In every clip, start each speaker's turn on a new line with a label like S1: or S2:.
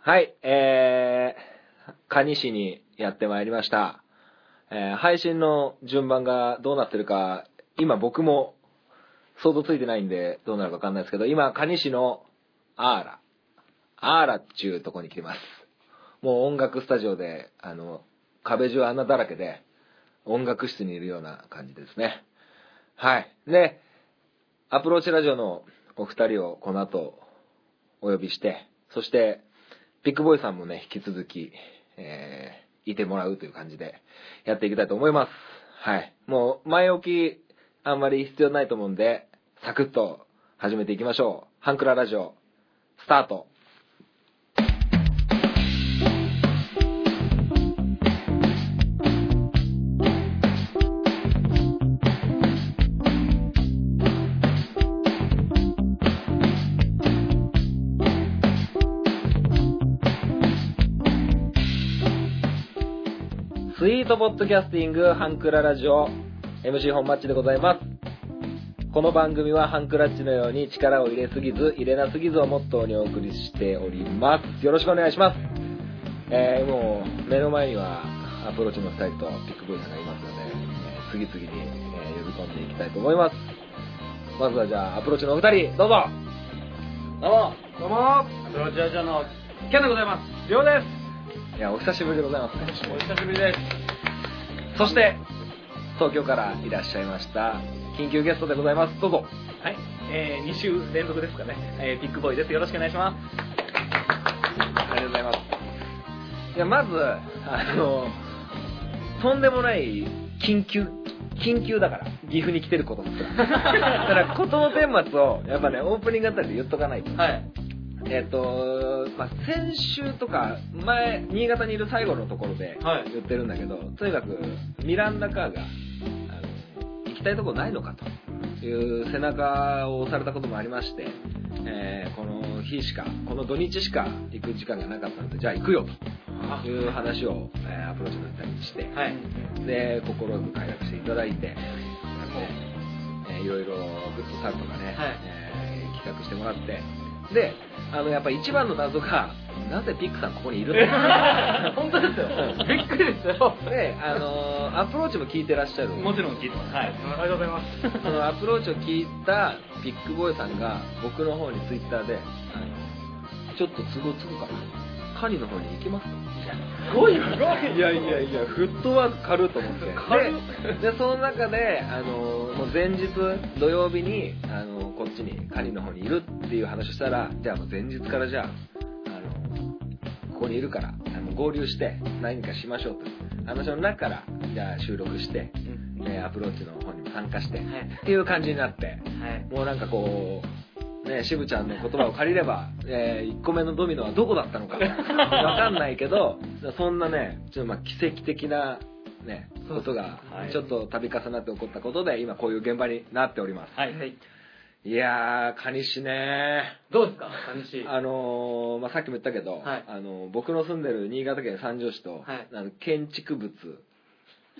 S1: はい、えー、蟹市にやってまいりました。えー、配信の順番がどうなってるか、今僕も想像ついてないんで、どうなるかわかんないですけど、今、蟹市のアーラ、アーラっちゅうとこに来てます。もう音楽スタジオで、あの、壁中穴だらけで、音楽室にいるような感じですね。はい。で、アプローチラジオのお二人をこの後お呼びして、そして、ビッグボーイさんもね、引き続き、えーいてもらうという感じでやっていきたいと思います。はい。もう、前置き、あんまり必要ないと思うんで、サクッと始めていきましょう。ハンクララジオ、スタート。スイートポッドキャスティングハンクララジオ MC 本マッチでございますこの番組はハンクラッチのように力を入れすぎず入れなすぎずをモットーにお送りしておりますよろしくお願いしますえー、もう目の前にはアプローチの2人とピックボーイさんがいますので、えー次々に、えー呼び込んでいきたいと思いますまずはじゃあアプローチのお二人どうぞ
S2: どうもどうもアプローチラジオのキャンでございますりょうです
S1: いやお久しぶりでございますね
S2: お久しぶりです
S1: そして東京からいらっしゃいました緊急ゲストでございますどうぞ
S2: はい、えー、2週連続ですかね、えー、ビッグボーイですよろしくお願いしま
S1: ありがとうございます。いや、まず、あの、とんでもない緊急、緊急だから、岐阜に来てること ですから。だから、ことの顛末を、やっぱね、オープニングあたりで言っとかないと
S2: す。はい
S1: えっ、と、まあ、先週とか、前、新潟にいる最後のところで
S2: はい
S1: 言ってるんだけど、とにかく、ミランダカーが、あの行きたいとこないのかという背中を押されたこともありまして、えーこの日しか、この土日しか行く時間がなかったので、じゃあ行くよという話を、えーアプローチの人にして、
S2: はい
S1: で、心よく快諾していただいて、えーいろいろグッズサーとかね、
S2: はい
S1: えー企画してもらってであのやっぱ一番の謎がなぜピックさんここにいるの
S2: 本当ですよ
S1: うん
S2: びっくりですよ
S1: であのーアプローチも聞いてらっしゃる
S2: もちろん聞いてますはいありがとうございます
S1: そのアプローチを聞いたビッグボーイさんが僕の方にツイッターであのちょっと都合つくからカニの方に行きますか
S2: すごいよ
S1: いやいやいや、フットワーク軽いと思って。
S2: 軽
S1: で、でその中で、あの、もう前日土曜日に、あの、こっちに、カニの方にいるっていう話をしたら、じゃあもう前日からじゃあ、あの、ここにいるから、あの合流して何かしましょうと。話の中から、じゃあ収録して、ね、アプローチの方にも参加して、っていう感じになって、
S2: はい
S1: もうなんかこう、ね、渋ちゃんの言葉を借りれば、え1個目のドミノはどこだったの かわかんないけどそんなねちょっとまあ奇跡的な、ね、
S2: そう
S1: ことが
S2: はい
S1: ちょっと度重なって起こったことで今こういう現場になっておりま
S2: はい、はい、
S1: すいやー蟹市ね
S2: どうですか寂しい
S1: あのーまあ、さっきも言ったけど、
S2: はい
S1: あのー僕の住んでる新潟県三条市と、
S2: はい
S1: あの建築物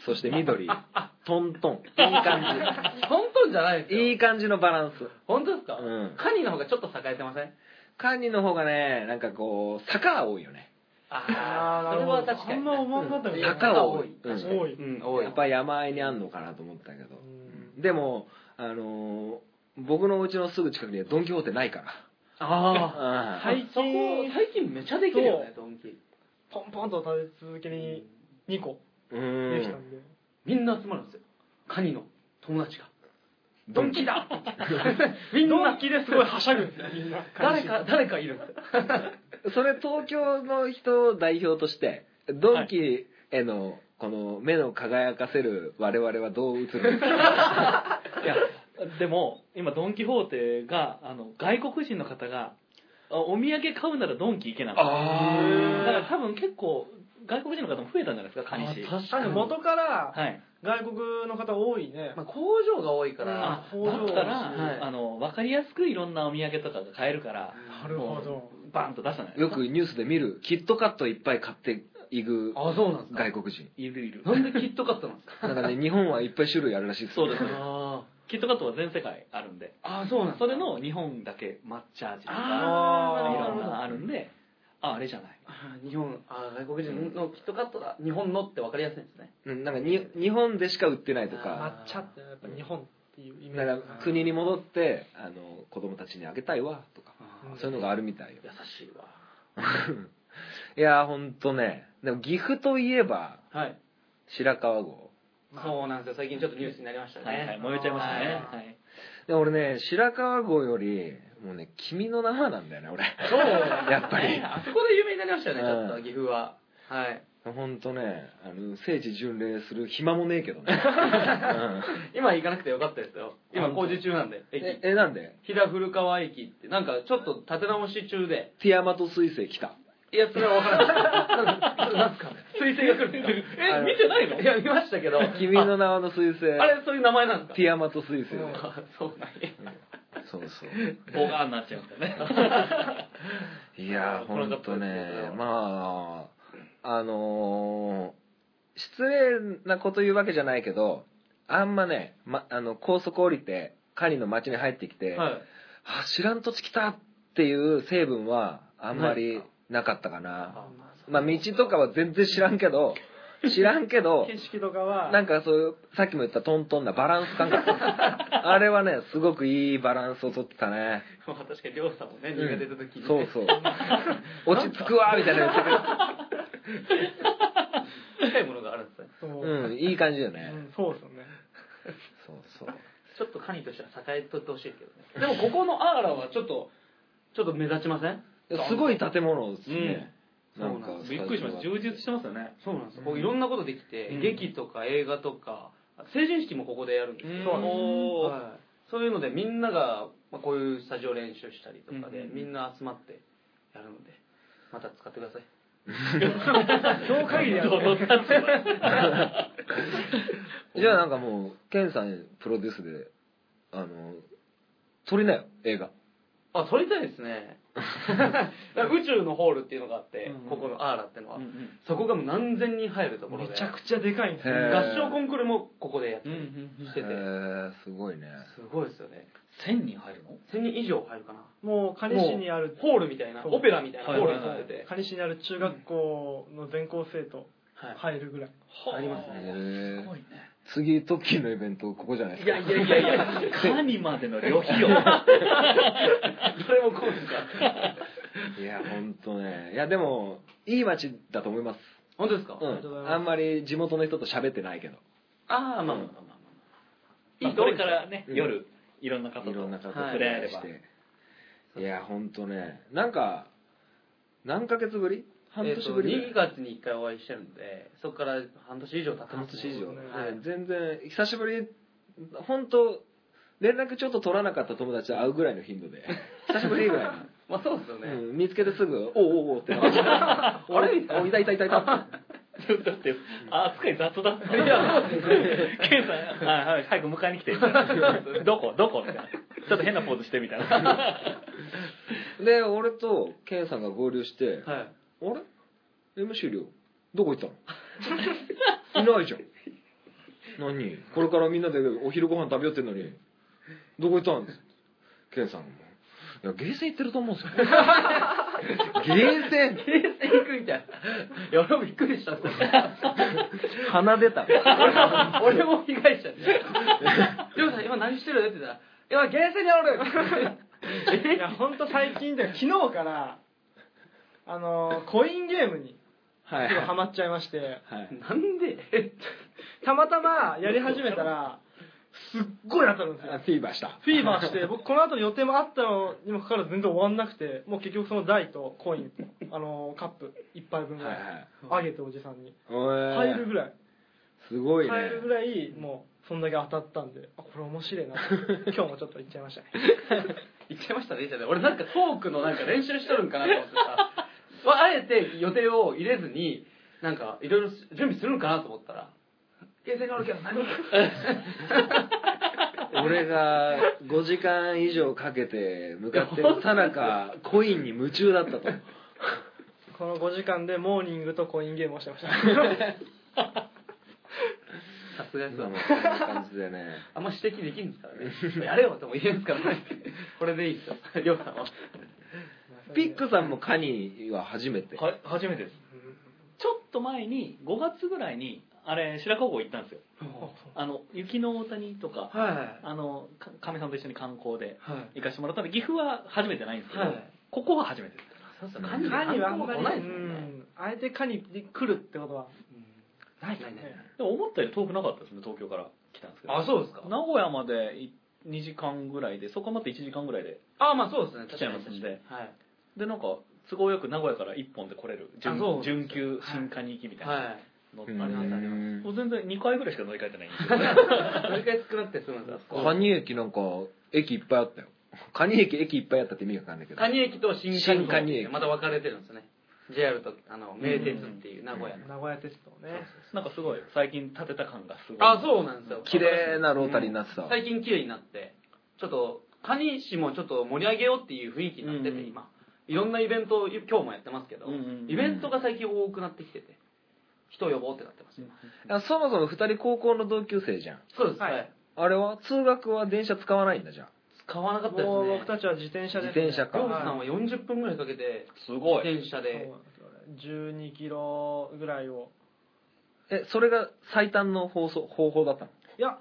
S1: そして 緑トントンいい感
S2: 本当じゃないです
S1: じ
S2: よ
S1: いい感じのバランス
S2: 本当ですか、
S1: うん
S2: カニの方がちょっと栄えてません
S1: カニの方がね、なんかこう、坂が多いよね。
S2: ああそれは確かに
S3: あんま思わなかった
S1: うん
S3: けど
S1: 坂が多い。
S3: 多
S1: うん
S3: い
S2: うん多い
S1: やっぱ山あいにあんのかなと思ったけど。うんでも、あのー僕の家のすぐ近くにはドン・キホーテないから。
S2: あ
S1: あ
S3: はい
S2: そこ最近めちゃできるよねドンキ
S3: ポンポンと立て続けに2個
S1: う
S3: できた
S1: ん。
S3: んで
S2: みんな集まるんですよカニの友達が
S1: ド
S2: ド
S1: ン
S2: ン
S1: キ
S2: キだ
S3: み
S2: み
S3: ん
S2: ん
S3: な
S2: な
S3: ドンキですごいはしゃぐんですよみん な
S2: 誰か誰かいるんですよ
S1: それ東京の人を代表として、ドンキへの、この目の輝かせる我々はどう映るんですか
S4: いやでも今ドン・キホーテがあの外国人の方があお土産買うならドンキ行けなか
S1: あ
S4: だ
S3: ー
S4: から多分結構外国人の方も増えたんじゃないですか蟹市
S2: あ
S3: なんか元から
S4: はい
S3: 外国の方多いね
S2: まあ、工場が多いから
S4: あ
S3: 工場
S4: だったら、
S2: はい
S4: あの分かりやすくいろんなお土産とかが買えるから
S3: なるほど
S4: バンと出したんじゃないで
S1: よ
S4: すか
S1: くニュースで見る、キットカットいっぱい買っていく
S2: あそうなんですか
S1: 外国人。
S4: いるいる
S2: なんでキットカットなんです か
S1: なんかね、日本はいっぱい種類あるらしいです
S4: そうですね
S2: あ
S4: キットカットは全世界あるんで
S2: あそうなんですか
S4: それの日本だけ抹茶味とかい
S3: あ
S4: ろん
S3: ーなるほど
S4: なあるんでああれじゃない
S2: あー日本あー外国人のキットカットだ日本のって分かりやすいんですね
S1: うん、なんかに日本でしか売ってないとか
S3: 抹茶ってやっぱ日本っていうイ
S1: だ
S3: メ
S1: から
S3: ージ
S1: 国に戻ってあの子供たちにあげたいわとか
S3: あー
S1: そういうのがあるみたいよ
S2: 優しいわ
S1: いやーほんとねでも岐阜といえば
S2: はい
S1: 白川郷
S2: そうなんですよ最近ちょっとニュースになりましたね
S4: はいはい燃えちゃいました
S2: は
S4: ね
S2: い
S4: はい
S1: で俺ね白川郷よりもうね君の名はなんだよね俺
S2: そう
S1: やっぱり
S2: ねあそこで有名になりましたよねちょっ
S1: う
S2: と
S1: ん
S2: 岐阜ははい
S1: ほんとねあの聖地巡礼する暇もねえけ どね、
S2: 今行かなくてよかったですよ今工事中なんで
S1: うん
S2: 駅
S1: ええなんで
S2: 飛騨古川駅ってなんかちょっと立て直し中で
S1: ティアマト彗星来 た
S2: いやそれは分からないなんですか彗星が来るんですか
S1: あ
S4: え
S1: の
S4: 見てないの
S2: いや見ましたけど
S1: 君の名はの彗星
S2: ああれそういう名前なんですか
S1: ティアマト彗星だよ
S2: あそうなんや
S1: そうそう
S4: ボガーになっちゃいましたね
S1: いやー、
S2: こ
S1: ほ
S2: の
S1: んとね
S2: 方、
S1: まあ、あのー失礼なこと言うわけじゃないけど、あんまね、ま、あの、高速降りて、カニの町に入ってきて、
S2: は
S1: あ、
S2: い
S1: 知らん土地来たっていう成分は、あんま
S2: ない
S1: り
S2: です
S1: なかったかな。
S2: あま
S1: ま
S2: あ
S1: あ、道とかは全然知らんけ ど、知らんけど、
S3: 景色とかは
S1: なんかそういう、さっきも言ったトントンなバランス感 覚。あれはね、すごくいいバランスをとってたね。
S2: まあ確かに亮さんもね新潟出た時にね
S1: そうそう。落ち着くわみたいな言ってくれ
S2: 近いものがあるんですね
S3: そう
S1: うん、いい感じよね。
S3: うんそうですよね
S1: そうそう。
S2: ちょっとカニとしては栄えとってほしいですけどねでもここのアーラはちょっとちょっと目立ちません
S1: すごい建物ですね。
S2: うん
S1: なんか
S2: そうなんで
S4: びっくりしました充実してますよね
S2: そうなんですよここいろんなことできて、
S4: うん
S2: 劇とか映画とか成人式もここでやるんですけど、
S4: うんおー
S2: はいそういうのでみんなが、まあ、こういうスタジオ練習したりとかで、
S4: うんうん
S2: みんな集まってやるのでまた使ってください
S3: 業界でや
S4: どの
S3: る
S4: 立場
S1: じゃあなんかもう、ケンさんプロデュースで、あの、撮りなよ、映画。
S2: あ撮りたいですね宇宙のホールっていうのがあって、
S4: うんうん
S2: ここのアーラっていうのは、
S4: うんうん
S2: そこがもう何千人入るところ
S3: め
S2: で
S3: ちゃくちゃでかいんですよ
S1: へ
S2: 合唱コンクールもここでやって
S4: う
S2: る、
S4: んうん
S2: して
S1: へ
S2: て
S1: ー、すごいね。
S2: すごいですよね
S4: 1000人入るの
S2: 1000人以上入るかな
S3: もう蟹市にある
S2: ホールみたいな
S3: そう
S2: オペラみたいなホールになってて、
S3: 蟹市にある中学校の全校生徒
S2: はい
S3: 入るぐらい
S2: ありますね
S1: へー
S4: すごいね
S1: 次、トッキーのイベント、ここじゃないです
S2: い
S1: か。
S2: やいやいやいや、
S4: カニまでの旅 費用
S2: それもこうですか。
S1: いや、ほんとね。いや、でも、いい街だと思います。
S2: 本当ですか。
S1: う
S3: りがとうござ
S1: ん。
S3: います
S1: あんまり地元の人と喋ってないけど。
S2: ああ、まあまあまあまあまあ。
S4: これからね
S1: うん
S4: 夜いろんな方と
S1: いろんな方と
S2: はい
S4: 触れ合えれば
S1: いや本当ねなんか何ヶ月ぶり半
S2: えっ
S1: 年
S2: と
S1: ぶり、
S2: 2月に1回お会いしてるんで、そこから半年以上経って
S1: 半
S2: ます、
S1: 年以上、
S3: そうね
S2: はい
S1: ね全然久しぶり本当連絡ちょっと取らなかった友達と会うぐらいの頻度 で久しぶりぐらいの
S2: まあそうですよね。
S1: うん、見つけてすぐ「おうおうおう」ってなって あ
S2: れ
S1: いたいたいたいた」
S4: だって扱い雑だった
S2: いやそうですね
S4: ケンさんはいはい早く迎えに来てみたいなどこどこみたいなちょっと変なポーズしてみたい な
S1: で俺とケンさんが合流して「
S2: はい。
S1: あれ ?MC 量どこ行ったのいないじゃん何これからみんなでお昼ご飯食べようってんのにどこ行ったんですケンさんもいやゲーセン行ってると思うんですよゲーセン
S2: 平成行くみたい な。いや、俺もびっくりした。
S1: 鼻出た
S2: 俺も被害者 で。りょうさん、今何してるって言ったら、いや、ゲーセンにおる
S3: いや本当最近で昨日からあのコインゲームに
S1: はい
S3: ちょっとハマっちゃいまして
S1: はい
S2: なんで
S3: たまたまやり始めたらすっごい当たるんですよ
S1: あフィーバーした
S3: フィーバーして僕この後の予定もあったのにもかかわらず全然終わんなくてもう結局その台とコインあのカップ1杯分ぐらいあげておじさんに
S1: はい
S3: 入
S1: はい
S3: るぐらい
S1: すごいね
S3: 入るぐらいもうそんだけ当たったんであこれ面白い な今日もちょっと行っちゃいましたね
S2: 言っちゃいましたね、じゃあね。俺なんかトークのなんか練習しとるんかなと思ってさ、わあえて予定を入れずに、なんかいろいろ準備するんかなと思ったら、ゲーセンがあるけど何
S1: 俺が5時間以上かけて向かってるさなかコインに夢中だった と
S3: この5時間でモーニングとコインゲームをしてました
S2: さすがです
S1: 今
S2: わ
S1: も。こんな感じでね
S2: あんま指摘できんですからね。やれよとも言えんですからね。これでいいですよ、りょうさんは。
S1: ピックさんもカニは初めて。
S4: はい初めてですちょっと前に5月ぐらいにあれ白川郷行ったんですよあの雪の大谷とか
S2: はい
S4: あのかかみさんと一緒に観光で
S2: はい
S4: 行かしてもらったんで岐阜は初めてないんですけど、
S2: はい
S4: ここは初めてです
S2: そうっすよ
S1: カ
S2: カ
S1: ニ
S2: ニ
S3: カニはあ
S2: あ
S3: ん
S2: ん
S3: ま
S2: ま
S3: り
S2: り
S3: な
S2: ないい
S3: で
S2: ですす
S3: ね
S2: もんね
S3: あえてカニに来るってことは
S2: ないないない
S4: でも思ったより遠くなかったですね東京から来たんですけど
S2: あそうですか
S4: 名古屋までい2時間ぐらいでそこまで1時間ぐらいで
S2: あまあそうですね
S4: 来ちゃいますんで
S2: はい
S4: でなんか都合よく名古屋から1本で来れる
S2: あ
S4: 準
S2: そう
S4: 準急
S2: はい
S4: 新加に行きみたいな
S2: は
S4: の
S1: う
S4: って
S1: ん
S4: ありますね
S1: うん
S4: もう全然2回ぐらいしか乗り換えてないんです けど
S2: い乗り換え少なくて済むんですよ
S1: カニ駅なんか、駅いっぱいあったよ。カニ駅、駅いっぱいあったって意味がわかんないけど。
S2: カニ駅と新
S1: 新カ
S2: カ
S1: ニ
S2: ニ
S1: 駅
S2: 駅また分かれてるんですね JR とあの名鉄っていう名古屋の
S3: 名古屋鉄道ね
S4: なんかすごい最近建てた感がすごい
S2: あそうなんですよ
S1: 綺麗なロータリーになってたわ。
S2: 最近綺麗になってちょっと蟹市もちょっと盛り上げようっていう雰囲気になってて
S4: うん
S2: 今いろんなイベントを今日もやってますけど
S4: うんうんうん
S2: イベントが最近多くなってきてて人を呼ぼうってなってます今
S1: あそもそも二人高校の同級生じゃん。
S2: そうです
S3: はい
S2: はい
S1: あれは通学は電車使わないんだじゃん。
S2: 使わなかったです
S3: もう
S2: ね
S3: 僕たちは自転車で
S1: 自転車か
S2: りょ
S1: 両
S2: う
S1: 夫
S2: さんは40分ぐらいかけて
S4: すごい
S2: 自転車で
S3: 12キロぐらいを
S1: え、それが最短の放送方法だったの
S3: いや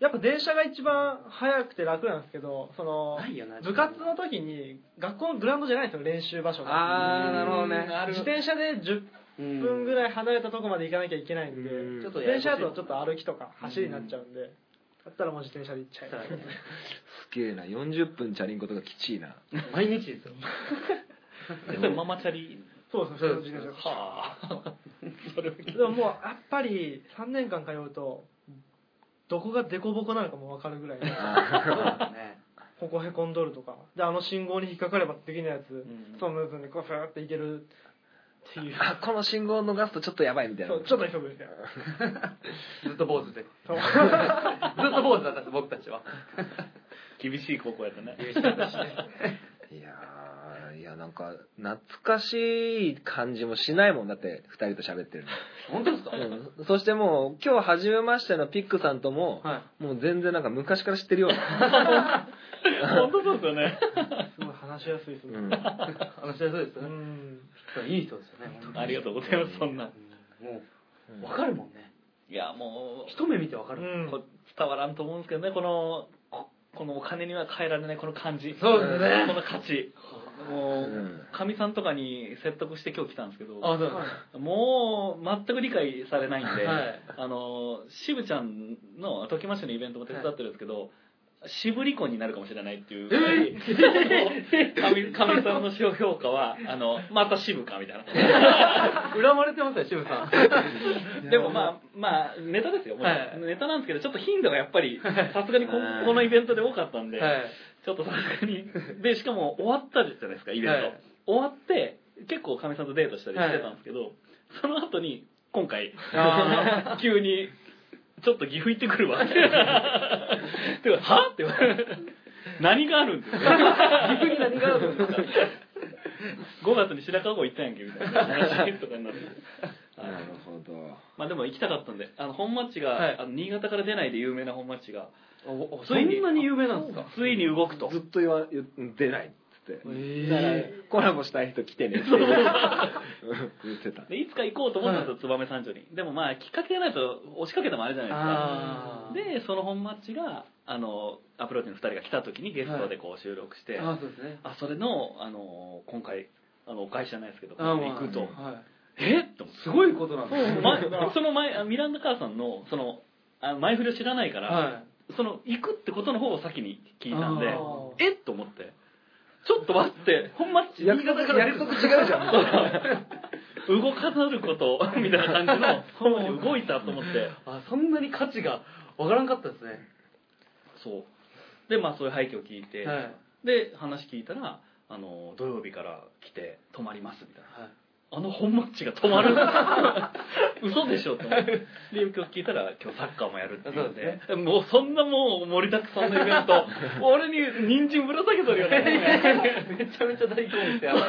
S3: やっぱ電車が一番早くて楽なんですけどその
S2: ないよな
S3: 部活の時に学校のグラウンドじゃないんですよ練習場所が
S1: あーなるほどね
S3: 自転車で10
S2: うん
S3: 分ぐらい離れたとこまで行かなきゃいけないんで
S1: うん
S2: ちょっとや
S3: 電
S2: やこしい
S3: 車だとちょっと歩きとか走りになっちゃうんでだったらもう自転車で行っちゃ
S2: そうだ
S3: え
S2: ね
S1: すげえな、40分チャリンコとかきちいな。
S2: 毎日ですよ
S4: それママチャリ
S3: そうですね
S2: そうです
S3: 自転車
S4: はあそれは
S3: でももうやっぱり3年間通うとどこが凸凹なのかも分かるぐら い
S2: そうだね
S3: ここへこんどるとかであの信号に引っかかればできないやつ、
S4: ん
S3: スムーズにこうふーっていけるっていう
S1: あ、この信号を逃すとちょっとやばいみたい
S3: そ
S1: な
S3: う。ちょっと急ぐみたいな
S2: ずっと坊主でず
S3: そう
S2: っと坊主だったんです僕たちは
S4: 厳しい高校やったね
S2: 優秀だしね
S1: いやーいや、なんか、懐かしい感じもしないもんだって、二人と喋ってる
S2: 本当ですか
S1: の。うんそしてもう、今日初めましてのピックさんとも、
S2: はい
S1: もう全然なんか昔から知ってるような。
S4: 本当そうですよね
S3: すごい話しやすいです
S1: う
S3: ね
S1: ん
S2: 話しやすいです
S3: う
S2: ね
S3: ん
S2: いい人ですよね本当
S4: あ
S2: に
S4: りがとうございますそんな
S2: もう分かるもんね
S4: いやもう
S2: 一目見て分かるもん
S3: うん
S4: こ伝わらんと思うんですけどねこのここのお金には変えられないこの感じ
S2: そうですね
S4: この価値も
S1: う
S4: うんかみさんとかに説得して今日来たんですけど
S2: あそう
S4: もう全く理解されないんで、
S2: はい
S4: あの渋ちゃんの時ましのイベントも手伝ってるんですけど、渋り婚になるかもしれないっていうかみかみさんの評価はあのまた渋かみたいな
S2: 恨まれてますよ渋さん
S4: でもまあまあネタですよ、もう
S2: はい
S4: ネタなんですけどちょっと頻度がやっぱりさすがにここのイベントで多かったんで、
S2: はい
S4: ちょっとさす がにでしかも終わったじゃないですかイベント、
S2: はい
S4: 終わって結構かみさんとデートしたりしてたんですけど、その後に今回
S2: あ
S4: 急にちょっと岐阜行ってく るわってではって言われて何があるんですか
S2: 岐阜に何があるんですか
S4: 5月に白川郷行ったやんけみたいな話とか になって
S1: なるほど。
S4: まあでも行きたかったんであの本町が、
S2: はい
S4: あの新潟から出ないで有名な本町が
S2: おお
S4: ついに
S2: そんなに有名なんですか
S4: ついに動くと
S1: ずっと言わ、言出ないっつって。だから
S2: え
S1: コラボしたい人来てねってうん 言ってた。
S4: でいつか行こうと思ったんですよ、燕三条にでもまあきっかけがないと押しかけてもあれじゃないです
S2: あー
S4: かでその本マッチがあのアプローチの2人が来た時にゲストでこう収録して、
S2: あそうですね
S4: あそれのあの今回あのお返しじゃないですけど
S2: あまあ
S4: 行くと、
S2: はい
S4: えっと思って
S2: すごいことなんですよ
S4: まその前あミランダ母さんのそのあ前振りを知らないから、
S2: は
S4: その行くってことの方を先に聞いたんで
S2: あ
S3: ー
S4: えっと思ってちょっと待って本マッチ
S1: 約束、約束違うじゃん。
S4: 動かざることみたいな感 じの本マッチ動いたと思って
S2: あそんなに価値がわからんかったですね
S4: そうでまあそういう廃墟を聞いて、
S2: はい
S4: で話聞いたらあの土曜日から来て泊まりますみたいな
S2: はい
S4: あの本マッチが泊まる 嘘でしょと思ってで今日聞いたら今日サッカーもやるっていうんでもうそんなもう盛りだくさんのイベント 俺に人参ぶら下げとるよね
S2: めちゃめちゃ大根って
S4: サッ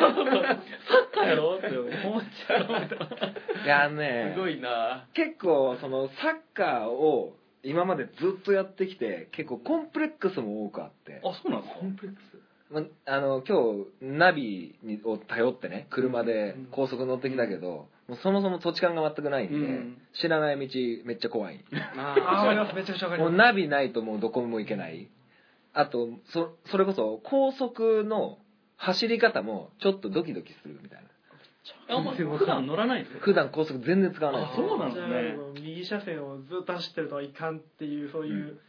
S4: カーやろって本マッチやろみたいない
S1: やね
S2: す、ごいな
S1: 結構そのサッカーを今までずっとやってきて結構コンプレックスも多くあって
S4: あそうなんですか
S2: コンプレックス
S1: まあの今日ナビにを頼ってね車で
S2: うん
S1: 高速乗ってきたけど、もうそもそも土地勘が全くないんで、
S2: うん
S1: 知らない道めっちゃ怖い
S3: あー、わかり
S2: あ
S3: ます。めちゃくちゃわかり
S1: もう
S3: ます。
S1: ナビないともうどこも行けないあとそそれこそ高速の走り方もちょっとドキドキするみたいな
S4: あんまり普段乗らないんですよ
S1: 普段高速全然使わない
S4: あそうなんですね
S3: じゃあもう右車線をずっと走ってるとはいかんっていう、そういうう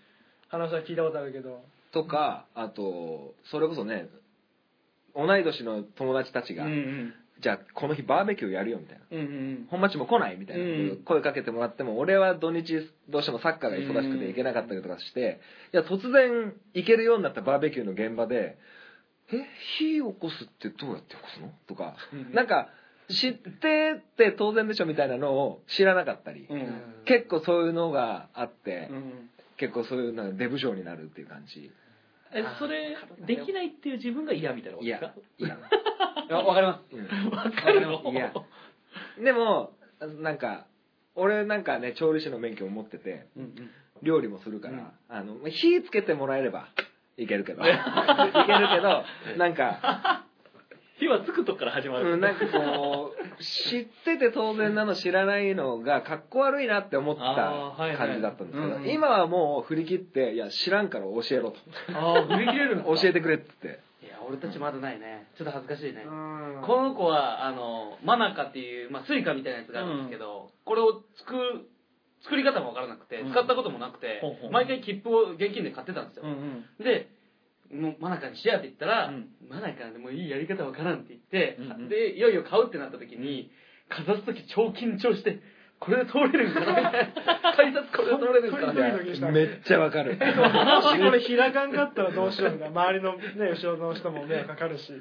S3: 話は聞いたことあるけど。
S1: とかあとそれこそね同い年の友達たちが、
S4: うんうん
S1: じゃあこの日バーベキューやるよみたいな
S4: うんうん
S1: 本町も来ないみたいな、
S4: うん
S1: 声かけてもらっても俺は土日どうしてもサッカーが忙しくて行けなかったりとかして、いや突然行けるようになったバーベキューの現場で「え火起こすってどうやって起こすの?」とか、
S4: うん
S1: なんか知ってって当然でしょみたいなのを知らなかったり、
S4: うん
S1: 結構そういうのがあって、
S4: うん
S1: 結構そういうなんか出不精になるっていう感じ
S4: えそれできないっていう自分が嫌みたいなこ
S1: い
S4: とで
S1: や
S4: すか
S1: いや、
S2: あ。わかりま
S1: うん
S4: わかるの
S1: いやでもなんか俺なんかね調理師の免許を持ってて
S2: す。うんうん
S1: 料理もするから、
S2: うん
S1: あのまあ火つけてもらえればいける けどいけるけどなんか、
S4: 火はつくとこから始まる
S1: うん、なんかこう知ってて当然なの知らないのがかっこ悪いなって思った
S4: あーはいはい
S1: 感じだったんですけど、
S2: うんうん
S1: 今はもう振り切っていや知らんから教えろと
S2: ああ、振り切れるんですか
S1: 教えてくれっつって
S2: いや、俺たちまだないね。ちょっと恥ずかしいね。
S3: うん
S2: この子は、あの、マナカっていう、まあ、スイカみたいなやつがあるんですけど、これを作る、作り方もわからなくて
S4: う、ん
S2: 使ったこともなくて
S4: ほうほ、う
S2: 毎回切符を現金で買ってたんですよ
S4: う。ん
S2: で、もうマナカにしやって言ったら、
S4: うん
S2: マナカでもいいやり方わからんって言って、
S4: うんうん
S2: で、いよいよ買うってなった時に、かざす時超緊張して、これで通れるんかなみたいな。改札これで通れるんかな
S3: 本当 にドキドキした
S1: めっちゃわかる
S3: もしこれ開かんかったらどうしようみたいな周りの、ね、後ろの人も迷惑かかるし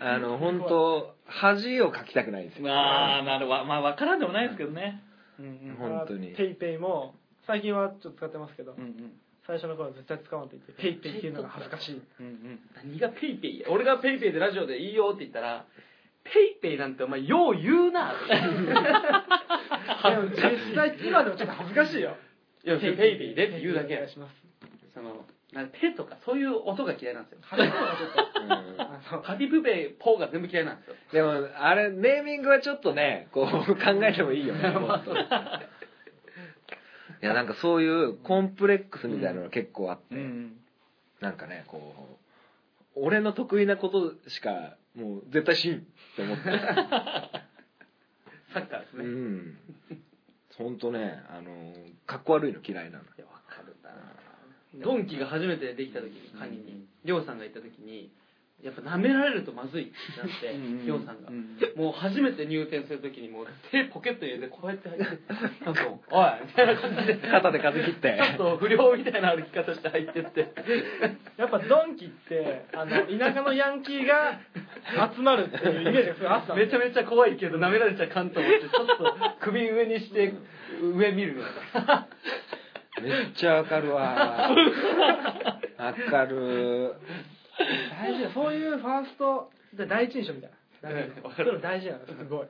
S1: あの本当恥をかきたくないんですよ
S4: まあなるわまあわからんでもないですけどね
S1: 本当に
S3: ペイペイも最近はちょっと使ってますけど、
S4: うんうん
S3: 最初の頃は絶対使わんと言ってペイペイっていうのが恥ずかしい
S4: うんうん
S2: 何がペイペイや俺がペイペイでラジオでいいよって言ったら、ペイペイなんてお前よう言うなって。
S3: でも実際今でもちょっと恥ずかしいよ
S2: いや、ペイペイでって言うだけ
S3: ペイペイお願
S2: や
S3: い。します
S2: その、なんかペとかそういう音が嫌いなんですよ。
S3: 恥ずかしいのがちょっ と
S1: うん
S3: あの
S2: カピプペイ、ポーが全部嫌いなんですよ。
S1: でもあれネーミングはちょっとね こう考えてもいいよねもっと いやなんかそういうコンプレックスみたいなのが結構あって、
S4: うん
S1: なんかねこう俺の得意なことしかもう絶対しんって 思って
S2: サッカーです
S1: う
S2: ね。い
S1: ん本当ねあのかっこ悪いの嫌いなの
S2: や、わかるなドンキが初めてできた時に、カニに、りょうさんが行った時に、やっぱ舐められるとまずいってなって、りょうさんが
S4: う。ん
S2: もう初めて入店するときにもう手ポケットに入れてこうやって入って なんか「おい」みたいな感じで
S1: 肩で風切って
S2: ちょっと不良みたいな歩き方して入ってって
S3: やっぱドンキってあの田舎のヤンキーが集まるっていうイメージがすごいあったん
S2: め
S3: です
S2: ちゃめちゃ怖いけど舐められちゃいかんと思ってちょっと首上にして上見るみたいな
S1: めっちゃわかる わわかる
S3: 大事だそういうファーストで第一印象みたいな
S2: うんわか
S3: そ
S2: る
S3: れも大事なのすごい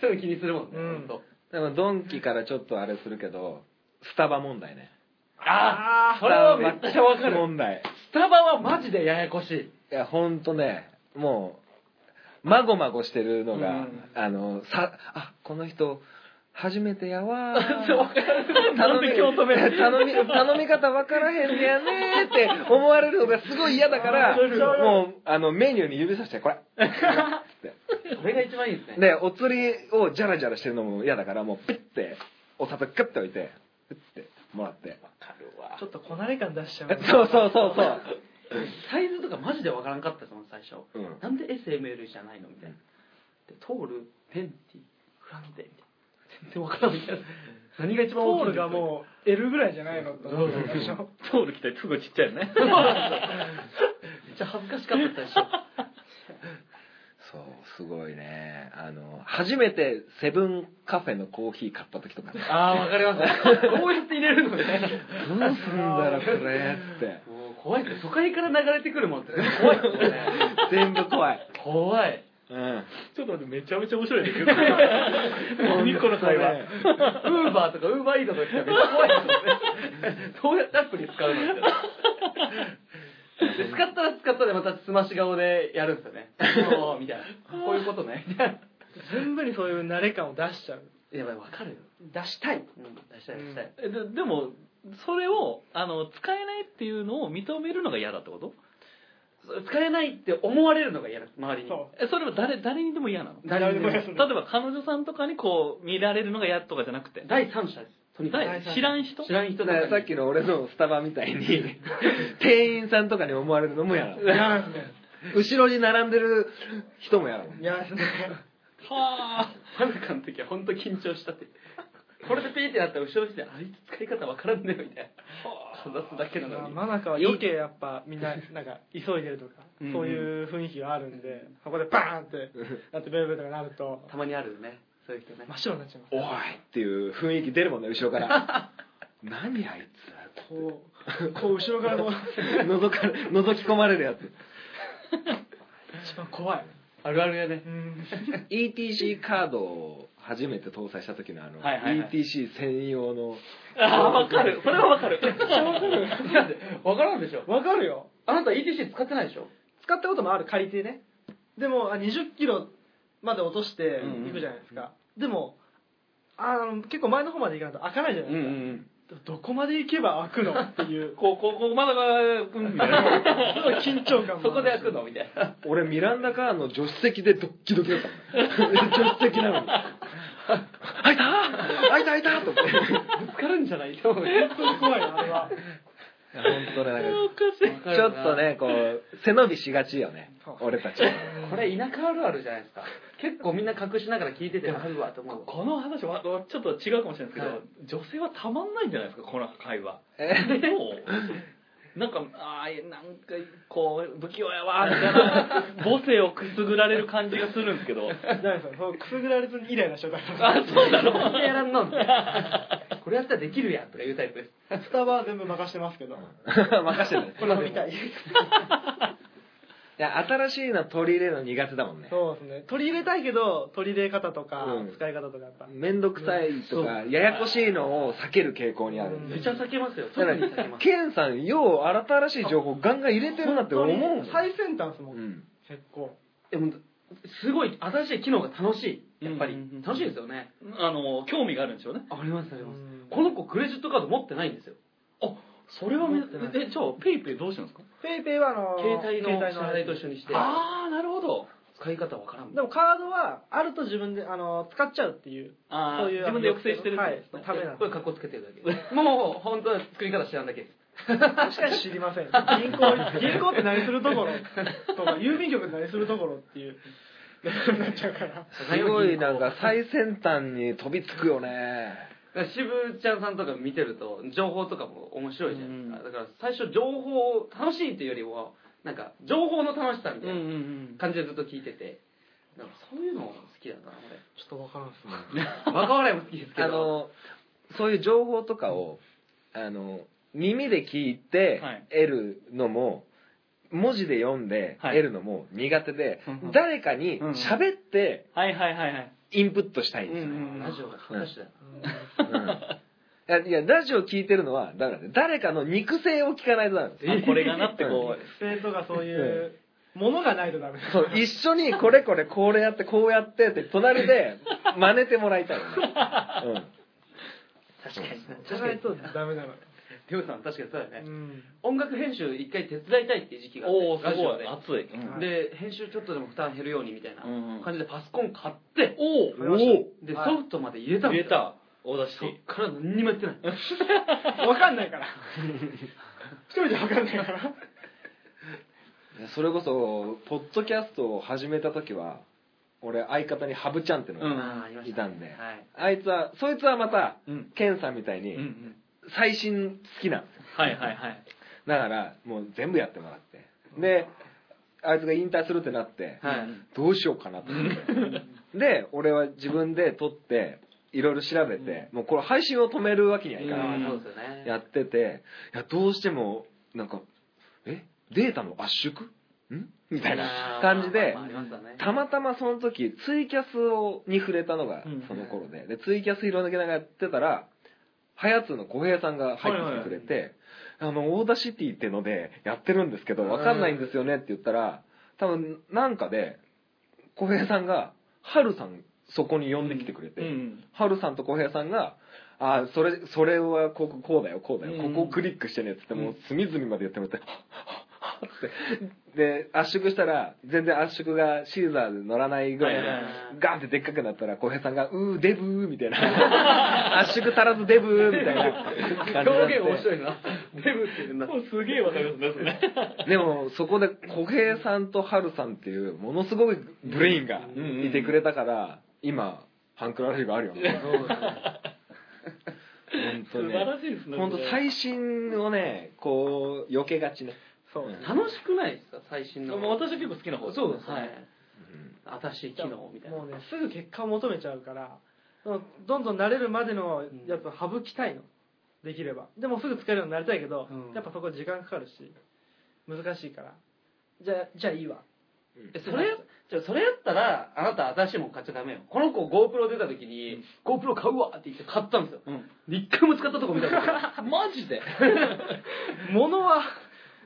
S2: そういうの気にするもんね、
S3: うん
S2: ほんと
S1: でもドンキからちょっとあれするけどスタバ問題ね
S2: ああ
S3: あー
S2: それはめっちゃわか
S1: スタバ
S2: る
S1: 問題
S2: スタバはマジでややこしい
S1: いや、ほんとね、もう、まごまごしてるのが、
S4: うん
S1: あの、さ、あ、この人、初めてやわー
S2: そうわかる
S1: 頼み
S4: なんで今日止める
S1: 頼み頼み方わからへんねやねーって思われるのがすごい嫌だから
S3: わかるわかる
S1: もうあのメニューに指さして「これ」っ
S2: それが一番いいですね
S1: てでお釣りをジャラジャラしてるのも嫌だからもうピッてお札グッて置いてピッてもらって
S2: わかるわ
S3: ちょっとこなれ感出しちゃう
S1: そうそうそうそう
S2: サイズとかマジでわからんかったその最初、
S1: うん
S2: なんで SML じゃないのみたいなでトールペンティフランデみたいな 全然わからんみたいな何が一
S3: ト
S2: 番大きい
S3: ールがもう L ぐらいじゃないのと思ったでしょ
S4: ソウル来たらすごいちっちゃいよね
S2: うめっちゃ恥ずかしかったでしょ
S1: そうすごいねあの初めてセブンカフェのコーヒー買った時とか
S2: ああわかりますどうやって入れるのみたいな
S1: どうすんだろこれって
S2: もう怖いって都会から流れてくるもんって怖いですよね
S1: 全部怖い
S2: 怖い
S1: うん
S4: ちょっと待ってめちゃめちゃ面白いね 何この会話
S2: ウーバーとかウーバーイートとか来たらめっちゃ怖いですよねどうやってアプリ使うのみたいなで使ったら使ったでまたすまし顔でやるんですよね。そう、みたいな。こういうことね。みたいな。
S3: 全部にそういう慣れ感を出しちゃう
S2: やばい、わかるよ。
S3: 出したい
S2: うん、出したい、
S3: うん
S2: 出したい。
S4: えででもそれをあの使えないっていうのを認めるのが嫌だってこと
S2: そう使えないって思われるのが嫌なの周りに。
S3: そ
S4: えそれは誰誰にでも嫌なの
S2: 誰にも
S3: 誰に
S4: 例え
S3: も
S4: ば彼女さんとかにこう見られるのが嫌とかじゃなくて
S2: 第三者です。とにか
S4: 誰
S2: く。
S4: 知らん人
S2: 知らん人
S1: だか
S2: だ
S1: らさっきの俺のスタバみたいに店員さんとかに思われるのもや
S3: う
S1: ら
S3: 嫌なんですね
S1: 後ろに並んでる人もやら
S3: 嫌ですね
S4: はあ
S2: はなかの時は本当緊張したって。これでピーってなったら後ろの人にあいつ使い方わからんねみたいな。話すだけなのに。
S3: 真中は余計やっぱみんななんか急いでるとか
S2: うん
S3: そういう雰囲気があるんでそこでバーンってなってベルベルとかなると
S2: たまにあるよね。そういう人ね
S3: 真。っ白になっちゃいます
S1: おいっていう雰囲気出るもんね後ろから何あい
S3: こうこう後ろからこう
S1: つ 覗かれ覗き込まれるやつ
S3: 一番怖 い
S2: あるあるやね
S3: う。ん
S1: ETC カードを初めて搭載した時のあの、
S2: はいはいはい
S1: ETC 専用の
S4: あーわかるそれはわか る
S2: だってわからんでしょ。
S3: わかるよ
S2: あなた ETC 使ってないでしょ
S3: 使ったこともある借りてねでも2 0キロまで落として
S2: うんうん
S3: 行くじゃないですか、でもあの結構前の方まで行かないと開かないじゃないですか、
S2: ん。
S3: どこまで行けば開くのっていう
S4: こうこうこうまだまだうんみたいな
S3: すごい緊張感もあるし
S2: そこで開くのみたい な。
S1: 俺ミランダカーの助手席でドッキドキだったもん 助手席なのに開いた開いた開いたと思 ってい
S2: ぶつかるんじゃないと思う。
S3: 本当に怖いよあれは
S1: や本当ねなんか
S4: おかしい
S1: ちょっと。ね、こう、背伸びしがちよね
S3: そう、
S1: 俺たち。
S2: これ田舎あるあるじゃないですか。結構みんな隠しながら聞いてて、あるわと思う。
S4: この話はわちょっと違うかもしれないですけど、
S2: はい
S4: 女性はたまんないんじゃないですかこの会話
S1: え
S4: そうなんかあーなんかこう不器用やわみたいな 母性をくすぐられる感じがするんですけど
S3: 何それそうくすぐられずにイライラしちゃうから
S4: あそうだろ
S2: なんでやら んのみたいなこれやったらできるやんとかいうタイプ です。
S3: スタバは全部任してますけど、
S1: 任せてね。
S3: これ飲 みたい
S1: いや、新しいの取り入れるの苦手だもんね。
S3: そうですね取り入れたいけど取り入れ方とか、
S1: うん
S3: 使い方とかやっぱ
S1: めんどくさいとか、ややこしいのを避ける傾向にあるんで。
S2: めちゃ避けますよ。
S1: だ
S2: 特
S1: か
S2: に避け
S1: ら、
S2: ます。
S1: ケンさん、よう新しい情報ガンガン入れてるなって思うもん
S3: 本当に最先端ですもん、
S1: うん。
S3: 結構
S2: でも、すごい新しい機能が楽しい。やっぱ
S4: うんうんう
S2: り
S4: ん。
S2: 楽しいですよね。
S4: あの興味があるんでしょうね
S2: ありますありま
S3: う
S2: す
S3: ん。
S2: この子クレジットカード持ってないんですよ。
S4: あそれはめ
S3: 思ってない
S4: えじゃあペイペイどうしてるんですか
S3: ペイペイはあの
S2: 携帯の支
S3: 携
S2: 払いと一緒にして、
S4: ああなるほど
S2: 使い方わからんもん。
S3: でもカードはあると自分であの使っちゃうっていう
S4: あ
S3: そ
S4: そう
S3: いう
S4: 自分で抑制してる
S3: は
S4: ん
S3: い
S4: ですね、
S3: ためなん
S2: こ
S3: で
S2: れ格好つけてるだけです。もう本当は作り方知らんだけです。
S3: 確かに知りません 銀行銀行って何するところとか郵便局って何するところって いうになっちゃうから
S1: すごいなんか最先端に飛びつくよね。
S2: 渋ちゃんさんとか見てると情報とかも面白いじゃないですか、
S4: うん
S2: だから最初情報を楽しいっていうよりはなんか情報の楽しさみたいな感じでずっと聞いててなんかそういうの好きだな
S3: ちょっと分からんっすね
S2: 俺若笑いも好きですけど
S1: あの、そういう情報とかを、あの、耳で聞いて
S4: はい
S1: 得るのも、文字で読んで
S4: はい
S1: 得るのも苦手で、
S4: うんうん
S1: 誰かに
S4: うんうん
S1: 喋って
S4: はいはいはいはい
S1: インプットしたいんですよね。
S4: うん
S2: ラジオが話だよ、
S1: うんいや、いやラジオ聞いてるのはダメなんで、誰かの肉声を聞かないとダメなんですよ。
S4: あこれがなってこう
S3: 生徒がそういうものがないとダメ
S1: そう一緒にこれこれこれやってこうやってって隣で真似てもらいたい、うん
S2: 確かに
S3: じゃ
S2: 確か
S3: ない
S2: に
S3: とダメなの
S2: りょうさん確かにそうだよね、
S3: うん
S2: 音楽編集一回手伝いたいっていう時期があって
S4: おおす
S2: ラジ
S4: ご
S2: オ
S4: い
S2: で
S4: 熱い、うん
S2: で編集ちょっとでも負担減るようにみたいな
S4: うんうん
S2: 感じでパソコン買って、
S4: お
S3: 買いました
S2: で
S3: はい
S2: ソフトまで入れたんだよ
S4: 入れたお出し
S2: そっから何にもや ってない
S3: 分かんないから一人じゃ分かんないから
S1: それこそポッドキャストを始めた時は俺相方にハブちゃんっての
S4: うん
S1: が
S2: あーありまし
S1: い
S2: ね
S1: たんで、
S2: はい
S1: あいつはそいつはまた、
S4: うん
S1: ケンさんみたい
S4: うん
S1: に
S4: うん
S1: 最新好きなんですよ
S4: はいはいはい
S1: だからもう全部やってもらってであいつが引退するってなって、
S2: はい
S1: どうしようかなと思 ってで俺は自分で撮っていろいろ調べて、もうこれ配信を止めるわけにはいかない、
S4: ん
S2: そうですよね
S1: やってていやどうしてもなんかえデータの圧縮んみたいな感じで
S2: まあまあまあありますよね
S1: たまたまその時ツイキャスをに触れたのが
S4: うん
S1: その頃で,、でツイキャスいろんなけながらやってたらハヤツーの小平さんが入ってきてくれて、あの、オーダーシティっていうのでやってるんですけど、わかんないんですよねって言ったら、多分なんかで、小平さんが、ハルさんそこに呼んできてくれて、
S4: うん
S1: ハルさんと小平さんが、あーそれ、それはここ、こうだよ、こうだよ、
S4: うん
S1: ここをクリックしてねってって、
S4: うん
S1: もう隅々までやってもらって、で、圧縮したら、全然圧縮がシーザーで乗らないぐらい
S4: はいはいはい
S1: で、ガンってでっかくなったら、小平さんが、うー、デブーみたいな、 圧縮足らずデブーみたいな感じになっ
S2: 表
S1: て
S2: 現面白いな。デブって言うんだ。
S4: もうすげえわかりますねそれ。
S1: でも、そこで小平さんと春さんっていう、ものすごいブレインがいてくれたから、今、ハンクラライブあるよね。本当
S4: 素
S1: に
S4: 晴らしいですね。
S1: 本当
S4: それ
S1: 最新をね、こう、避けがちね。
S3: そうね
S2: 楽しくないですか最新の。
S4: もう私結構好きな方
S2: そうです
S4: は
S2: はいい。私機能みたいな。
S3: もうねすぐ結果を求めちゃうからどんどん慣れるまでのやつを省きたいのできればでもすぐ使えるようになりたいけど、
S2: うん
S3: やっぱそこ時間かかるし難しいからじゃあじゃあいいわ
S2: えそれじゃあそれやったらあなた新しいもん買っちゃダメよこの子 GoPro 出た時に、GoPro 買うわって言って買ったんですよ、
S4: うん
S2: で一回も使ったとこ見たことないマジで
S3: 物は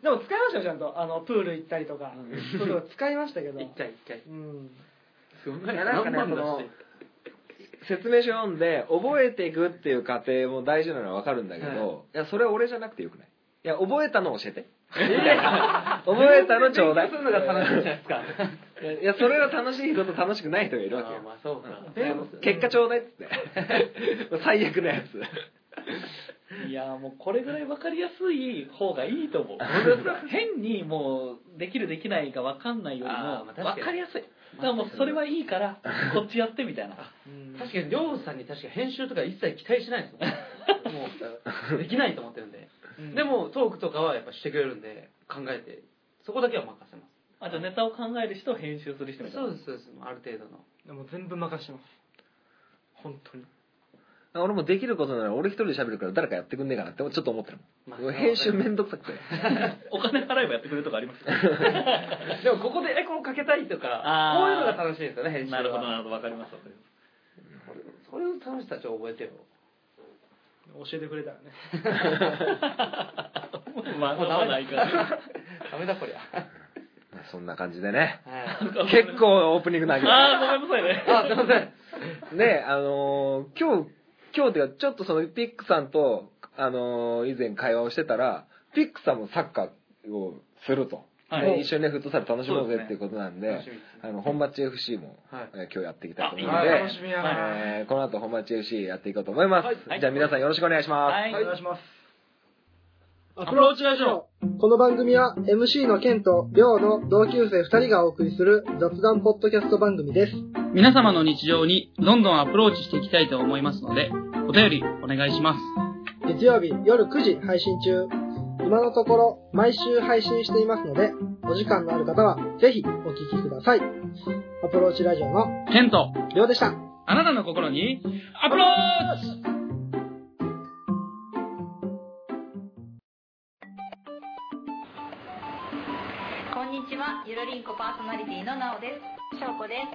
S3: でも使いましたよちゃんとあのプール行ったりとか、そういうとこ使いました け ど
S2: 一回一回
S3: うん
S2: すごい
S1: いやなんかね
S2: 何万だ
S1: その
S2: し
S1: 説明書読んで、覚えていくっていう過程も大事なのはわかるんだけど、いや、それ俺じゃなくてよくないいや、覚えたの教えて。 覚えたのちょうだい。
S2: するのが楽しい じゃないですか
S1: いやいや、それが楽しい人と楽しくない人がいるわけ
S2: あ
S1: よ
S2: ー。まあそうか
S3: でも
S1: 結果ちょうだいっつって。最悪なやつ。
S4: いやもうこれぐらい分かりやすい方がいいと思う変にもうできるできないが分かんないより
S2: あー
S4: も
S2: まあ確かに
S4: 分かりやすいだからもうそれはいいからこっちやってみたいな
S2: 確かに亮さんに確か編集とか一切期待しないです もんもうできないと思ってるんで、
S3: うん
S2: でもトークとかはやっぱしてくれるんで考えてそこだけは任せま
S4: あとネタを考える人を編集する人み
S2: す
S4: たい
S2: そう
S4: な
S2: ですそうですある程度の
S3: でも全部任してます本当に
S1: 俺もできることなら俺一人で喋るから誰かやってくんねえかなってちょっと思ってるもん。
S2: まあ
S1: 編集めんどくさくて。
S4: お金払えばやってくれるとかあります
S2: でもここでエコーかけたいとか
S4: あー
S2: こういうのが楽しいんですよね編集は
S4: なるほどなるほど分かります分かります
S2: そういう楽しさちょっと覚えてよ
S3: 教えてくれたらね
S4: まあまあないから
S2: ダメだこりゃ
S1: まあそんな感じで ね。
S2: はい
S1: 結構オープニングなげた。
S4: ああごめんなさいね
S2: あすいません
S1: で、あのー今日、今日っていうかちょっとそのピックさんと、あのー以前会話をしてたら、ピックさんもサッカーをすると。
S4: はい
S1: で一緒にね、フットサル楽しもう
S4: そうで
S1: ぜ
S4: すね
S1: っていうことなんで、
S2: 楽しみですね
S1: あの、本マッチ FC も、
S2: はい
S1: えー今日やっていきたいと思う
S3: あ
S1: の
S3: いい
S1: で、
S3: ね楽しみやな
S1: えーこの後本マッチ FC やっていこうと思います。
S4: はい
S1: じゃあ皆さんよろしくお願いします。
S4: はい
S3: お願いしますアプローチラジオこの番組は MC のケンとリョウの同級生2人がお送りする雑談ポッドキャスト番組です
S5: 皆様の日常にどんどんアプローチしていきたいと思いますので、お便りお願いします。
S3: 月曜日夜9時配信中今のところ毎週配信していますのでお時間のある方はぜひお聞きくださいアプローチラジオの
S5: ケント、
S3: リョウでした
S5: あなたの心にアプローチ
S6: こんにちは、ゆるりんこパーソナリティのなおです。しょうこです。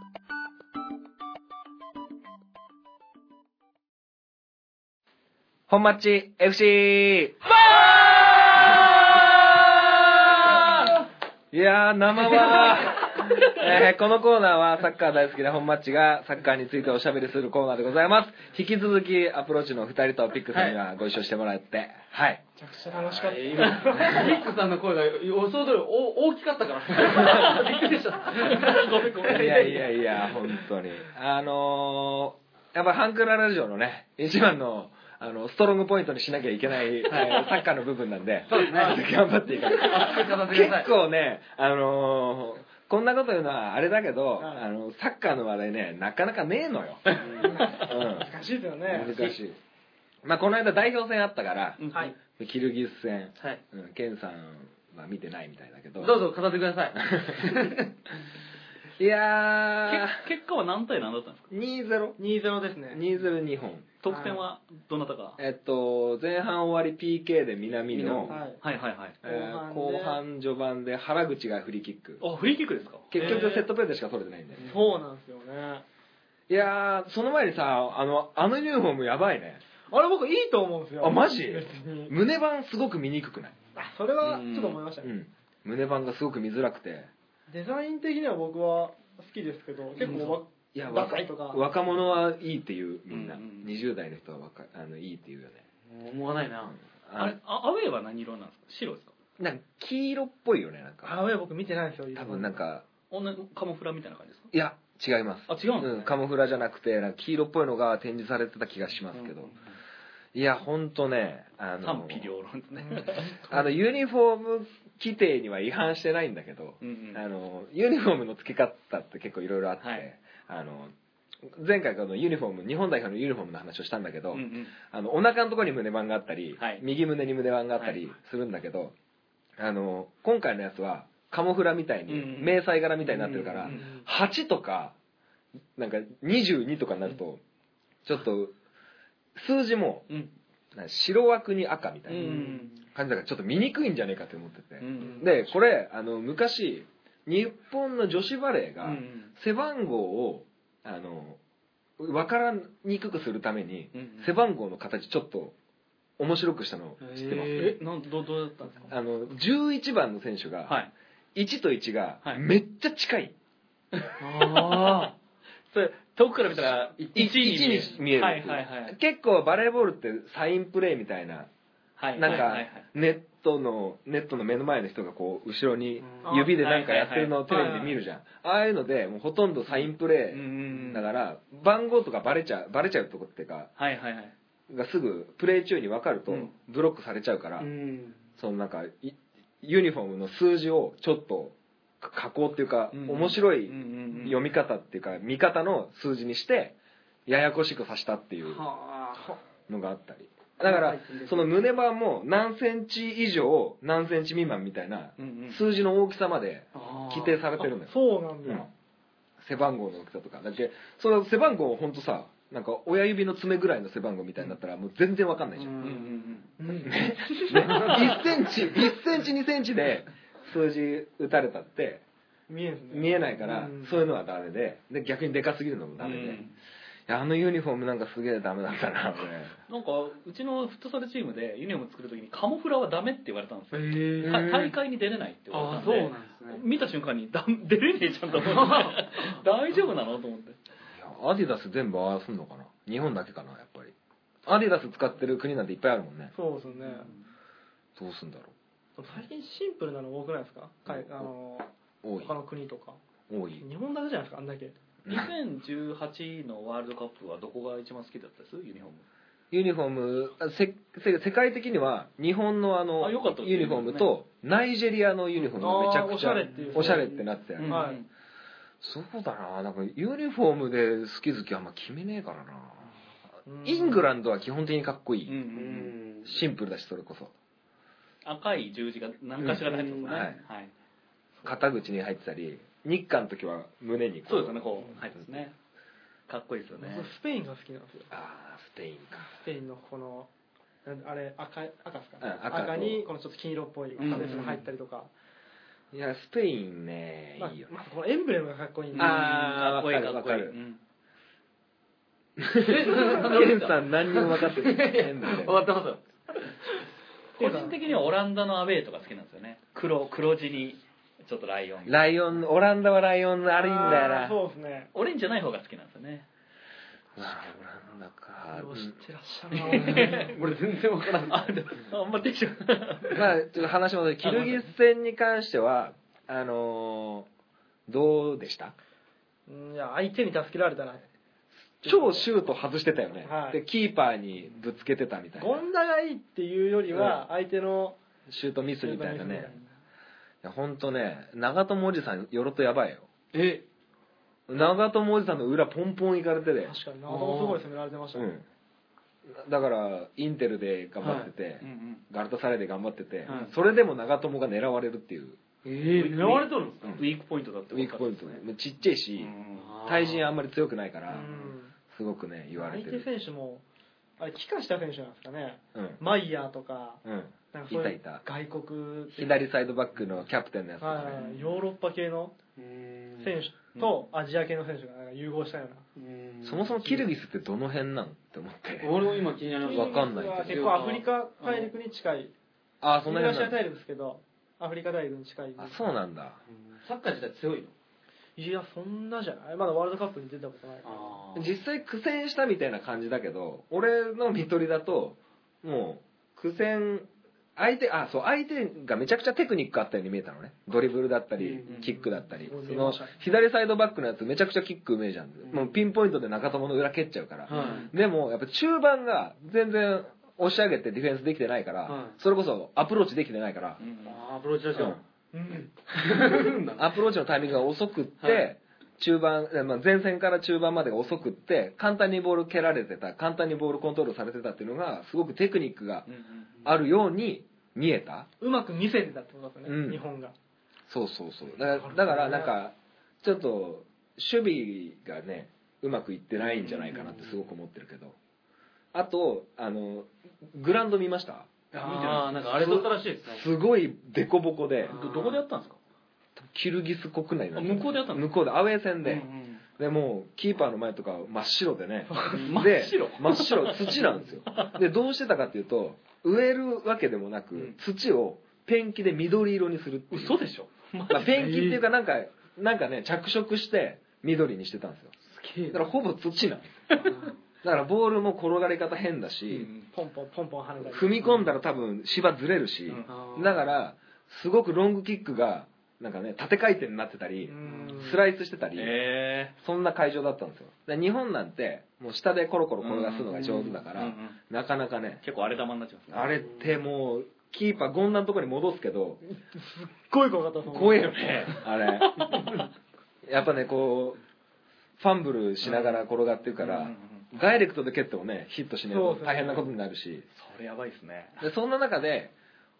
S1: 本マッチ FC! いやー、生は、えーこのコーナーはサッカー大好きな本マッチがサッカーについておしゃべりするコーナーでございます。引き続きアプローチの2人とピックさんにはご一緒してもらって、はい。
S3: めちゃくちゃ楽しかった
S2: 今リックさんの声が予想通りお大きかったからびっくりしたごめんご
S1: いやいやいや、本当に。あのー、やっぱハンクララジオのね、一番の、あの、ストロングポイントにしなきゃいけない、えーサッカーの部分なんで、
S2: そうですね
S1: 頑張っていかない
S2: 片付けなさい
S1: 結構ね、あのーこんなこと言うのはあれだけど、あの、サッカーの話題ね、なかなかねえのよ。う
S3: 難しいですよ
S1: ん。難しい。まあ、この間代表戦あったから、
S2: はい
S1: キルギス戦、
S2: はい
S1: うん、ケンさんは見てないみたいだけど、
S2: どうぞ片付けください
S1: いやー、
S4: け結果は何対何だったんですか
S1: 2-0。
S2: 2-0ですね。
S1: 2-0日本。
S4: 得点はどなたか
S1: えっと、前半終わり PK で南の、
S3: はい。
S4: はいはいはい
S1: えー
S3: 後半で
S1: 後半序盤で原口がフリーキック。
S4: あフリーキックですか
S1: 結局セットプレーでしか取れてないんで。
S3: そうなんですよね。
S1: いやー、その前にさ、あの、あのユニフォームやばいね。
S3: あれ僕いいと思うんですよ。
S1: あマジ
S3: 別に。
S1: 胸板すごく見にくくない
S3: あ、それはちょっと思いました
S1: う
S3: ね。
S1: ん。胸板がすごく見づらくて。
S3: デザイン的には僕は好きですけど、結構わ
S1: いや、
S3: ダ
S1: 若
S3: サい
S1: い
S3: とか
S1: 若者はいいっていう、みんな。
S4: うんうん
S1: 20代の人は若いあのいいっていうよね。
S2: 思わないな。
S4: あれあアウェイは何色なんですか白ですか
S1: なんか黄色っぽいよね、なん
S3: ア
S1: か。
S3: ウェイ僕見てないんですよ、
S1: 多分なんか、
S4: 同じカモフラみたいな感じですか
S1: いや、違います。
S4: あ違うんですね
S1: うん、カモフラじゃなくて、なんか黄色っぽいのが展示されてた気がしますけど。いや、ほんとね、あの、
S4: 賛否両論ですね
S1: あの、ユニフォーム規定には違反してないんだけど、
S4: うんうん
S1: あの、ユニフォームの付け方って結構いろいろあって、
S4: はい
S1: あの、前回このユニフォーム、日本代表のユニフォームの話をしたんだけど、
S4: うんうん
S1: あの、お腹のところに胸板があったり、
S4: はい
S1: 右胸に胸板があったりするんだけど、あの、今回のやつは、カモフラみたいに、
S4: うんうん
S1: 迷彩柄みたいになってるから、
S4: うんうん
S1: 8とか、なんか22とかになると、ちょっと、数字も、
S4: うん
S1: なんか白枠に赤みた
S4: う
S1: いな。
S4: ん
S1: 感じだからちょっと見にくいんじゃねえかって思ってて、
S4: うん
S1: でこれあの昔日本の女子バレー
S4: う
S1: が
S4: ん
S1: 背番号をあの分からにくくするために
S4: うん
S1: 背番号の形ちょっと面白くしたの知ってます
S4: えなんどどうだったんですか
S1: あの11番の選手
S4: は
S1: が
S4: い
S1: 1と1が
S4: はい
S1: めっちゃ近い、
S4: ああそれ遠くから見たら1
S1: 一
S4: に見える
S1: 一に見える
S4: はいはいはい
S1: 結構バレーボールってサインプレーみたいな
S4: はい
S1: なん
S4: はい
S1: か
S4: はいはい
S1: ネットのネットの目の前の人がこう後ろに指でなんかやってるのをテレビで見るじゃんああいうのでもうほとんどサインプレ
S4: うん
S1: ー
S4: うんうん
S1: だから番号とかバレちゃうバレちゃうとこっていうか
S4: はいはいはい
S1: がすぐプレー中に分かると
S4: うん
S1: ブロックされちゃうから
S3: うん。
S1: そのなんかいユニフォームの数字をちょっと加工っていうか
S4: うん
S1: 面白い
S4: 読
S1: 読み方っていうか見方の数字にしてややこしくさしたっていう
S3: はあ。
S1: のがあったりだからその胸板も何センチ以上何センチ未満みたいな数字の大きさまで規定されてるのよ、
S3: そうなんだ。
S1: うん背番号の大きさとかだけどその背番号をほんとさなんか親指の爪ぐらいの背番号みたいになったらもう全然わかんないじゃん、
S4: うんうん
S3: うん
S1: ね、1センチ1センチ2センチで数字打たれたって
S3: 見えんすね。
S1: 見えないから
S3: うん
S1: そういうのはダメでで逆にでかすぎるのも
S4: う
S1: ダメで、い
S4: ん
S1: やあのユニフォームなんかすげえダメだったな俺
S4: なんかうちのフットサルチームでユニフォーム作るときにカモフラはダメって言われたんですよ
S2: え
S4: た大会に出れないって言われ
S2: あ
S4: たん
S2: そう
S4: で
S2: なんですね。
S4: 見た瞬間にだ出れねえじゃんと 思って大丈夫なのと思って
S1: いやアディダス全部合わすんのかな日本だけかなやっぱりアディダス使ってる国なんていっぱいあるもんね
S3: そうですね。
S1: どうすんだろ
S3: 最近シンプルなの多くないですか海あの、
S1: う多い
S3: 他の国とか。
S1: 多い
S3: 日本だけじゃないですか、あんだけ。
S4: 2018のワールドカップはどこが一番好きだったですユニフォーム
S1: ユニフォームあせせ世界的には日本のあの
S4: あ良かったですね
S1: ユニフォームとナイジェリアのユニフォームがめちゃくちゃ
S3: あーおしゃれっていう
S1: おしゃれってなってたよね、
S3: んはい
S4: うん
S1: そうだななんかユニフォームで好き好きあんま決めねえからな、
S3: うん
S1: イングランドは基本的にかっこいい、
S4: うんうん
S2: う
S4: う
S2: ん。
S4: ん
S1: シンプルだしそれこそ
S4: 赤い十字が何かしらで入ってますね
S1: うん
S4: はい
S1: 肩口に入ってたり日韓の時は胸にこ
S4: そうですねこう入ってますねかっこいいですよね
S3: 僕スペインが好きなんですよ。
S1: ああスペインか
S3: スペインのこの、なんあれ、赤い、赤ですか
S1: うん赤と
S3: 赤に、このちょっと黄色っぽい
S4: うん
S3: カベスが入ったりとか。
S1: いやスペインね
S3: まあ
S1: いい よね
S3: まずこのエンブレムがかっこいいんで。
S1: あー
S4: うんかっこいいか
S1: わ
S4: っこ
S1: か
S4: いい
S1: る
S4: うん
S1: ケンさん何にも分かってない変だね
S2: 終わってますよ。
S4: 個人的にはオランダのアウェーとか好きなんですよね黒黒地にちょっとライオン
S1: ライオンオランダはライオンのあれいいんだよ
S3: あー
S1: な
S3: そうですね。
S4: オレンジじゃない方が好きなんですよね
S1: うわオランダか、
S3: よ
S1: う
S3: う知
S1: ん
S3: ってらっしゃるな
S2: 俺全然わからん。
S4: あであんまできちゃう
S1: まあちょっと話戻ってキルギス戦に関してはあのーどうでした
S3: うんいや、相手に助けられたな。
S1: 超シュート外してたよね、
S3: はい
S1: でキーパーにぶつけてたみたいな
S3: 権田がいいっていうよりは、相手の、
S1: シュートミスみたいなねいやほんとね長友おじさんよろとやばいよ
S2: え、
S1: 長友おじさんの裏ポンポンいかれてで
S3: 確かに、長友すごい攻められてました
S1: う
S3: ね。
S1: んだからインテルで頑張ってて、
S4: うんうん
S1: ガルタサレで頑張ってて、
S2: はい
S1: それでも長友が狙われるっていう
S2: えー、狙われとるんです
S1: う
S2: か
S1: ん
S4: ウィークポイントだって
S1: ウィークポイントねもうちっちゃいし対人あんまり強くないからすごくね言われ
S3: 相
S1: て
S3: 手
S1: る
S3: 選手も、あれ、帰化した選手なんですかね。
S1: うん
S3: マイヤーとか、
S1: うん
S3: なんかそういう
S1: いたいた
S3: 外国っていう
S1: 左サイドバックのキャプテンのやつとか
S3: は
S1: ね
S3: い、ヨーロッパ系の選手とアジア系の選手がなんか融合したような。
S1: そもそもキルギスってどの辺なんって思って
S2: 俺も今気になりま
S1: わ
S2: す
S1: かんないけ
S3: 結構アフリカ大陸に近い、
S1: ああそんな
S3: 東
S1: 辺な
S3: ア
S1: んだ
S3: 大陸ですけど、アフリカ大陸に近い。
S1: あそうなんだ
S2: サッカー自体強いの
S3: いや、そんなじゃないまだワールドカップに出たことない。
S2: あ
S1: 実際苦戦したみたいな感じだけど俺の見取りだともう苦戦相手あそう相手がめちゃくちゃテクニックあったように見えたのねドリブルだったり
S2: うん
S1: キックだったり
S3: うん
S1: その左サイドバックのやつめちゃくちゃキックうめえじゃん
S2: ん
S1: もうピンポイントで中友の裏蹴っちゃうから
S2: は
S1: でもやっぱ中盤が全然押し上げてディフェンスできてないか
S2: は
S1: ら
S2: い
S1: それこそアプローチできてないから
S2: あーアプローチだしよ
S3: うん。
S2: あ
S1: アプローチのタイミングが遅くって、
S2: はい
S1: 中盤、えまあ、前線から中盤までが遅くって、簡単にボール蹴られてた、簡単にボールコントロールされてたっていうのが、すごくテクニックがあるように見えた。
S3: うまく見せてたってことですよね、
S1: うん
S3: 日本が。
S1: そうそうそう。だから、だからなんか、ちょっと、守備がね、うまくいってないんじゃないかなってすごく思ってるけど。あと、あの、グラウンド見ました
S2: あーなんかあれだったらしいですね
S1: すごいデコボコで、
S4: どどこでやったんですか
S1: キルギス国内なんだ
S4: あ向こうでやったの
S1: 向こうで、アウェー戦で。
S4: うん
S1: でもうキーパーの前とか真っ白で ね
S4: 真
S1: で
S4: っ白
S1: 真っ白土なん ですよでどうしてたかっていうと植えるわけでもなく、
S4: うん
S1: 土をペンキで緑色にするっていう
S4: 嘘でしょマ
S1: まあ、
S4: ジ
S1: ペンキっていうかなんかなんかね着色して緑にしてたんですよ
S2: すげえ
S1: だからほぼ土なんですだからボールも転がり方変だし、
S3: ポンポンポンポン跳ねたり。
S1: 踏み込んだら多分芝ずれるし、だからすごくロングキックがなんかね縦回転になってたり、
S3: うん
S1: スライスしてたり、
S4: え
S1: そんな会場だったんですよで日本なんてもう下でコロコロ転がすのが上手だか
S4: うん
S1: ら
S4: うん
S1: なかなかね
S4: 結構荒れ玉になっちゃいますね
S1: あれってもうキーパー権ンのとこに戻すけど
S3: すっごい怖かったですもん
S1: 怖えよね あれやっぱねこうファンブルしながら転がってるか
S4: うんう
S1: ら
S4: ん
S1: ダイレクトで蹴ってもねヒットしない
S3: そう
S1: と
S3: そう
S1: 大変なことになるし
S4: それやばいですね
S1: でそんな中で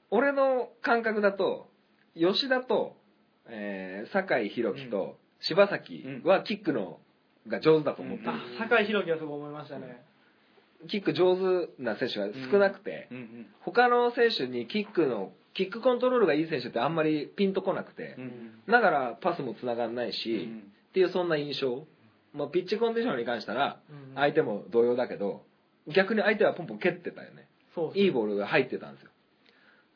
S1: 俺の感覚だと吉田と、えー酒井宏樹と柴崎はキックのが上手だと思ってる、
S4: うん
S3: あ酒井宏樹はすごい思いましたね。
S1: キック上手な選手が少なくて、
S4: うんうん
S1: 他の選手にキックのキックコントロールがいい選手ってあんまりピンとこなくて、
S4: うん
S1: だからパスもつながんないし、
S4: う
S1: っ
S4: ん
S1: ていうそんな印象、まあ、ピッチコンディションに関したら
S3: うん
S1: 相手も同様だけど逆に相手はポンポン蹴ってたよね
S3: そう
S1: いいボールが入ってたんですよ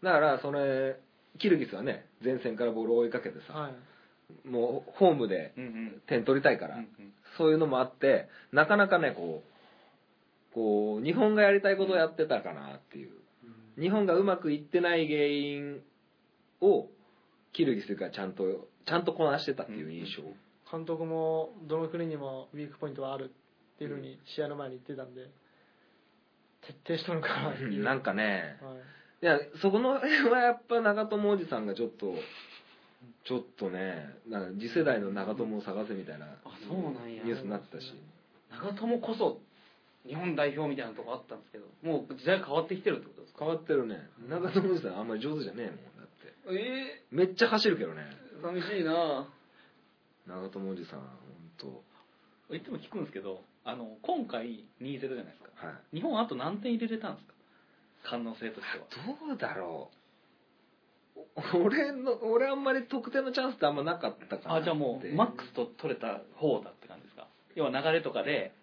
S1: だからそれキルギスはね前線からボールを追いかけてさ、
S3: はい。
S1: もうホームで
S4: うんうん
S1: 点取りたいから、
S4: うん
S1: そういうのもあってなかなかねこうこう日本がやりたいことをやってたかなっていう、日本がうまくいってない原因をキルギスがちゃんとちゃんとこなしてたっていう印象、
S3: 監督もどの国にもウィークポイントはあるっていうふうに試合の前に言ってたんで、徹底したのかなっていう。
S1: なんかね
S3: はい
S1: いやそこの辺はやっぱ長友おじさんがちょっとちょっとねなんか次世代の長友を探せみたいな
S2: あそうなんや
S1: ニュースになってたし
S2: 長友こそ日本代表みたいなとこあったんですけどもう時代変わってきてるってことですか
S1: 変わってるね長友おじさんあんまり上手じゃねえもんだって
S2: え
S1: めっちゃ走るけどね
S2: え寂しいな
S1: 長友おじさん本
S4: うんいつも聞くんですけどあの今回2-0じゃないですか
S1: 当はい
S4: 日本あと何点入れれたんですか可能性としては
S1: どうだろうお俺の俺あんまり得点のチャンスってあんまなかったから
S4: あじゃあもうマックスと取れた方だって感じですか要は流れとかで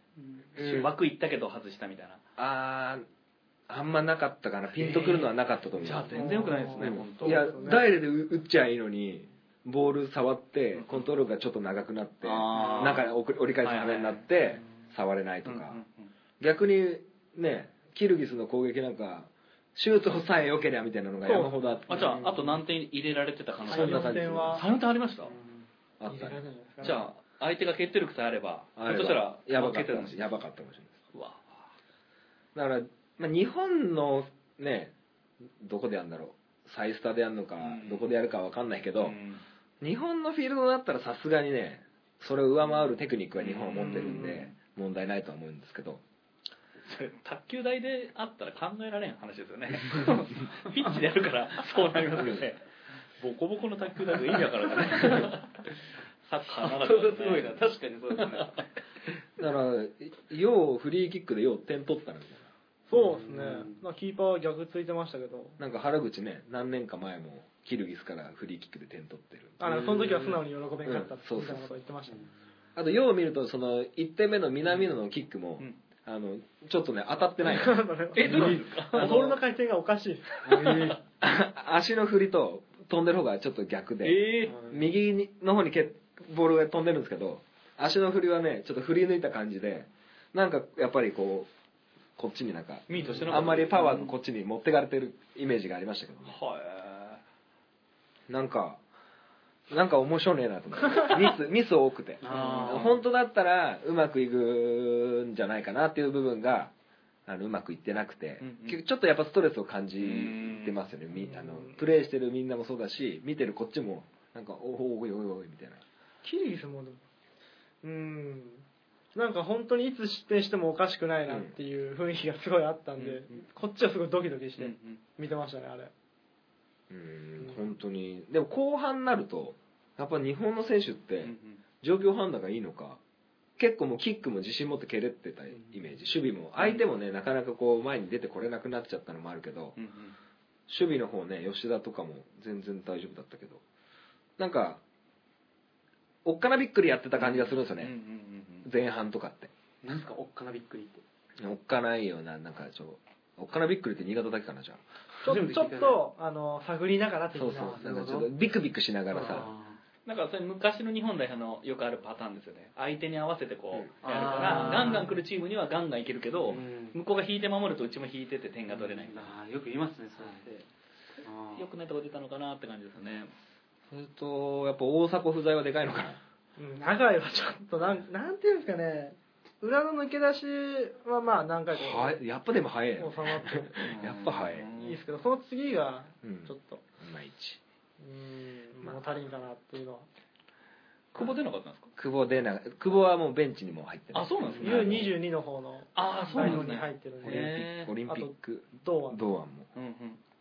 S2: うん
S4: 枠いったけど外したみたいな、
S1: あーあんまなかったからピンとくるのはなかったと思う、
S4: じゃあ全然良くないですね
S1: うん
S4: 本当
S1: いや
S3: そうですね
S1: ダイレで打っちゃいいのにボール触ってコントロールがちょっと長くなって
S4: あー
S1: なんか折り折り返す羽目になって、触れないとか、逆にねキルギスの攻撃なんかシュートさえ良けりゃみたいなのが山ほどあって
S4: あじゃああと何点入れられてた可能性
S1: そんな
S4: あ
S1: 感じ
S3: 4点は
S4: 3点ありました
S1: あっ
S3: 入れ
S1: た
S3: られな
S1: ね
S3: いんじゃないですかね
S4: じゃあ相手が決定力さえあればひ
S1: あ
S4: ょっ
S1: れ
S4: としたら
S1: はやばかっ
S4: 負けて
S1: たかも
S4: るかも
S1: し
S4: し
S1: れないや
S4: れない
S1: ばかったかもしれないう
S4: わ
S1: だから、まあ、日本のねどこでやるんだろうサイスターでやるのか、
S4: うん
S1: どこでやるかわかんないけど、
S4: うん
S1: 日本のフィールドだったらさすがにねそれを上回るテクニックは日本は持ってるんで、問題ないとは思うんですけど
S4: それ卓球台であったら考えられん話ですよねピッチでやるからそうなりますよねボコボコの卓球なんかいいんだからね。サッカーなかった
S2: そ
S4: ら
S2: れ
S4: ね
S2: はすごいな。確かにそうです ね。
S1: だから、ようフリーキックでよう点取ったのみたい
S3: そうですね
S2: うん。
S3: まあ、キーパーは逆ついてましたけど、
S1: な。なんか原口ね、何年か前もキルギスからフリーキックで点取ってる。
S3: あのその時は素直に喜べんかったって
S1: うん
S3: みたいなことを言ってましたね。
S1: あと、よう見ると、その、1点目の南野のキックも、
S4: うん
S1: あの、ちょっとね、当たってない。
S3: え、どうです
S1: か
S3: ボールの回転がおかしいです。
S1: あ足の振りと飛んでる方がちょっと逆で、
S4: ええ
S1: 右にの方にけボールが飛んでるんですけど足の振りはねちょっと振り抜いた感じでなんかやっぱりこうこっちになんか
S4: ミートしてなかった
S1: あんまりパワーがこっちに持ってかれてるイメージがありましたけど、ね、
S4: は
S1: なんかなんか面白いねえなと思 ってミスミス多くて
S5: あー
S1: 本当だったらうまくいくんじゃないかなっていう部分があのうまくいってなくて、
S4: うんうん
S1: 結局ちょっとやっぱストレスを感じてますよねみあのプレーしてるみんなもそうだし見てるこっちもなんかおおいおいおいみたいな
S3: キリギスもでも、うーん、なんか本当にいつ失点してもおかしくないなっていう雰囲気がすごいあったんで、
S4: うん
S3: こっちはすごいドキドキし
S4: い。うんう
S3: て
S4: ん
S3: 見てましたね、あれ。
S1: うーん本当にでも後半になるとやっぱ日本の選手っ
S4: うんう
S1: て
S4: ん
S1: 状況判断がいいのか結構もうキックも自信持って蹴れてたイメージ守備も相手もねなかなかこう前に出てこれなくなっちゃったのもあるけど
S4: うんうん
S1: 守備の方ね吉田とかも全然大丈夫だったけどなんかおっかなびっくりやってた感じがするんですよ
S4: うんうん
S1: ね
S4: うんうん
S1: 前半とかって
S2: なんすか、おっかなびっくりって。
S1: おっかないよななんかちょおっかなびっくりって新潟だけかなじゃあ
S3: ちょ
S2: 初めて
S3: ち
S2: 聞
S3: ょ
S2: い
S3: った
S2: ね
S3: と、あの、探りながら的
S1: そ
S3: な
S1: うそう
S2: な
S1: なんか
S2: るほ
S1: ち
S2: ど
S1: ょっとビクビクしながらさ
S2: あ
S4: なんかそれ昔の日本代表のよくあるパターンですよね相手に合わせてこう
S1: うん
S4: やるから
S2: あー
S4: ガンガン来るチームにはガンガンいけるけ
S2: ー
S4: ど
S2: うん
S4: 向こうが引いて守るとうちも引いてて点が取れない
S2: あーよく言いますね、そうやって。あー
S4: よくないとこ出たのかなって感じですよね
S1: それとやっぱ大迫不在はでかいのかな
S3: うん、長井はちょっとなん、なんていうんですかね、裏の抜け出しはまあ何回か
S1: はいやっぱでも早い
S3: 収ま
S1: よ
S3: って
S1: やっぱ早い
S3: いいですけど、その次が
S1: うん
S3: ちょっと、
S1: いまいち
S3: うん、
S1: まあ
S3: 物足りんかなっていうのは。
S4: 久保出なかったんですか
S1: 久保出な久保はもうベンチにも入ってない
S4: あそうなんですね
S3: U22 の方の
S4: ああそう
S3: 代
S4: なん
S3: 表
S4: で
S3: に
S4: す
S3: 入っ
S4: ね
S3: てるん
S1: オ
S3: で、
S4: へー
S1: リンピックオリンピック
S3: 堂安。
S1: 堂安も
S4: うんうん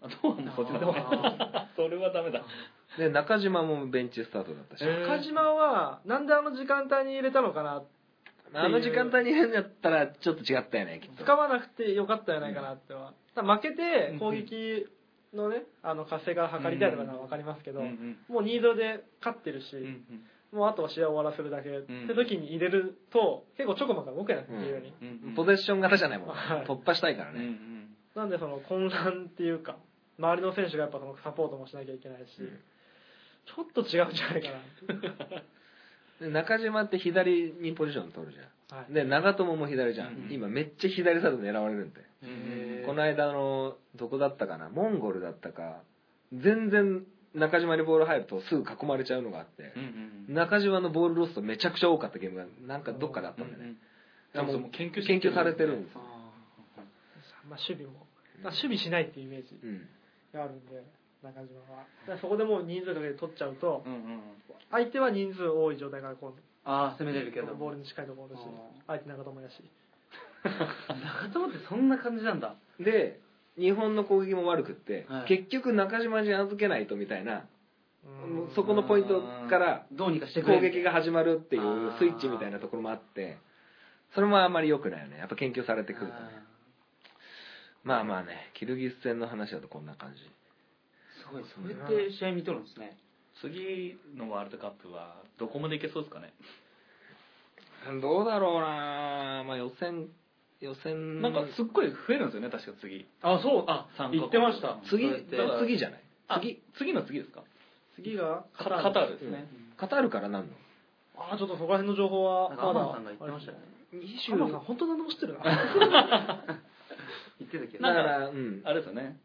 S4: あどうなんだそっちの方
S2: あ
S4: が それはダメだ
S1: で中島もベンチスタートだったし
S4: へー
S3: 中島は、なんであの時間帯に入れたのかな、
S1: あの時間帯に入るんだったらちょっと違ったよねきっと
S3: 使わなくてよかったんじゃないかなっては。ただ負けて攻撃のね、あの活性化を図りたいのかなわかりますけ
S4: うんう
S3: ど、も
S4: ん
S3: う2-0で勝ってるし、
S4: うんうん
S3: もうあとは試合を終わらせるだけ、
S4: ん
S3: って時に入れると結構ちょこまか動けなくていうように、
S4: うんうん
S1: ポゼッション型じゃないもんね
S3: はい
S1: 突破したいから
S4: うんう
S1: ね
S4: ん
S3: なんでその混乱っていうか周りの選手がやっぱそのサポートもしなきゃいけないし、
S1: うん
S3: ちょっと違うんじゃないか
S1: で中島って左にポジション取るじ
S3: な、は
S1: ゃん
S3: い、
S1: で長友も左じゃん
S4: うん
S1: 今めっちゃ左サイド狙われるんで
S2: へー
S1: この間のどこだったかなモンゴルだったか全然中島にボール入るとすぐ囲まれちゃうのがあって
S4: うんうんうん
S1: 中島のボールロストめちゃくちゃ多かったゲームがなんかどっかであったんだよね
S4: うんうん
S1: だから
S4: そうそうもう研究して
S1: 研究されてるんですよ
S2: あ
S3: まあ、守備も、まあ、守備しないっていうイメージ
S1: うん
S3: があるんで中島はだからそこでもう人数かけて取っちゃうと
S4: うんうん
S3: 相手は人数多い状態から今度
S2: ーあー、攻めれるけど。
S3: ボールに近いところだし
S2: あ
S3: 相手長友やし
S2: 中友ってそんな感じなんだ。
S1: で日本の攻撃も悪くって、
S2: はい
S1: 結局中島に預けないとみたいな、もうそ
S3: こ
S1: このポイントから
S2: どうにかしてくれ
S1: 攻
S2: る
S1: 撃が始まるってい
S2: あ
S1: う
S2: ー
S1: スイッチみたいなところもあってそれもあんまり良くないよねやっぱ研究されてくるとね
S2: あ
S1: まあまあねキルギス戦の話だとこんな感じ
S2: ーすごい、それって試合見とるんですね。
S4: 次のワールドカップはどこまでいけそうですかね
S1: どうだろうなまあ予選予選
S4: なんかすっごい増えるんですよね確か次
S2: あ、そう、あ
S4: 三カ国
S2: 言ってました。
S1: 次
S2: そうやって
S1: だから次じゃない
S4: あ次次の次ですか
S3: 次が
S4: カカタールです
S1: う
S4: ね
S1: んカタールからなんの
S3: ああちょっとそこら辺の情報は
S2: なんか、
S3: ま
S2: ア
S3: だ
S2: マンさんが言ってましたよね。
S3: アマンさん本当何でも知ってるな
S2: 言ってたけど。
S1: だか
S4: なん
S1: ら、うん、
S4: あれですよね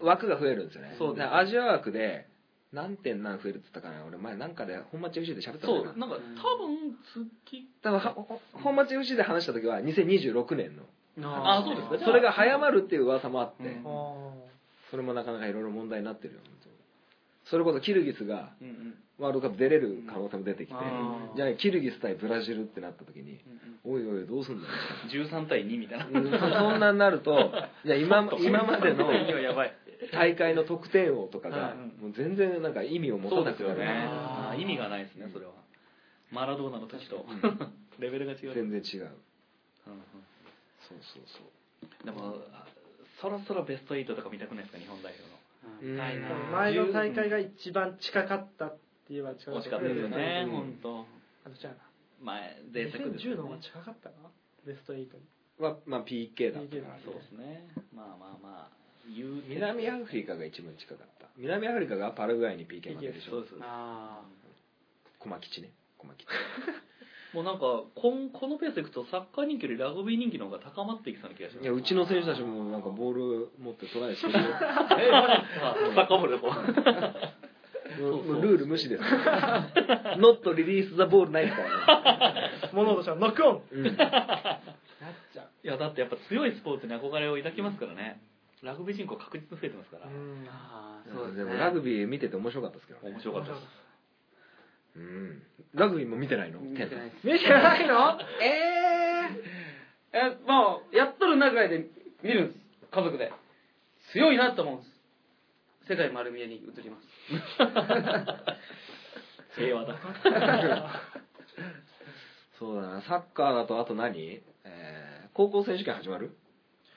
S1: 枠が増えるんですよね
S4: そうです
S1: だからアジア枠で何点何増えるって言ったかな俺前なんかで本町 FC で喋った
S4: そ
S1: の
S4: う
S1: かな
S4: な
S1: ん
S4: か多分月
S1: 多分はほ本町 FC で話した時は2026年の
S4: あそうですね
S1: それが早まるっていう噂もあって、
S4: うん
S1: それもなかなかいろいろ問題になってるよ本当にそれこそキルギスが
S4: うん
S1: ワールドカップ出れる可能性も出てきて、
S4: あー
S1: じゃあキルギス対ブラジルってなった時に
S4: う、ん
S1: おいおいどうすんだよ
S4: 13対2みたいな
S1: うんそそんなになると、じゃあ今ま今までの
S4: やばい
S1: 大会の得点王とか
S2: は
S1: が
S2: い
S1: もう全然なんか意味を持たなく
S2: そう
S1: な
S2: ですよ
S1: る
S2: ね
S4: あー意味がないですねそれはマラドーナの時と レベルが違う、うんう
S1: 全
S4: ん
S1: 然違うそうそうそ
S4: でもあそろそろベスト8とか見たくないですか日本代表の
S1: ううん
S2: ないな
S3: そう前の大会が一番近かったって言えば近か
S4: 惜
S3: った
S4: しかったですよね、
S1: うん
S4: 本当
S3: あとじゃあ
S4: 前贅沢です
S3: 2010
S4: よ
S3: の方
S4: ね
S3: が近かったなベスト8に
S1: はまあ PK だったか
S3: PK
S1: ら
S4: そうですねまあまあまあ言うて
S1: 南アフリカが一番近かった南アフリカがパラグアイに PK 負けでし
S4: そう
S1: ょ
S4: です
S2: あ
S1: 駒吉ね駒吉
S4: もうなんかこんこのペースでいくとサッカー人気よりラグビー人気の方が高まっていきそうな気がします
S1: いやうちの選手たちもなんかボール持ってトライしてる
S4: えマジですかサッカーボールでこう
S1: もうもうルール無視ですノットリリースザボールないですからね
S3: 物事はノックオン
S1: うん
S3: なっちゃ
S4: いやだってやっぱ強いスポーツに憧れを抱きますからねラグビー人口確実に増えてますから
S3: ううん
S2: ーあーそう
S1: で
S2: ですね
S1: もラグビー見てて面白かったですけどね
S4: 面白かったです
S1: うんラグビーも見てないの
S2: 見てないです
S3: 見てないの
S2: えええまあやっとるなぐらいで見るんです家族で強いなと思うんです世界丸見えに移ります
S4: 平和だ
S1: そうだなサッカーだとあと何、えー高校選手権始まる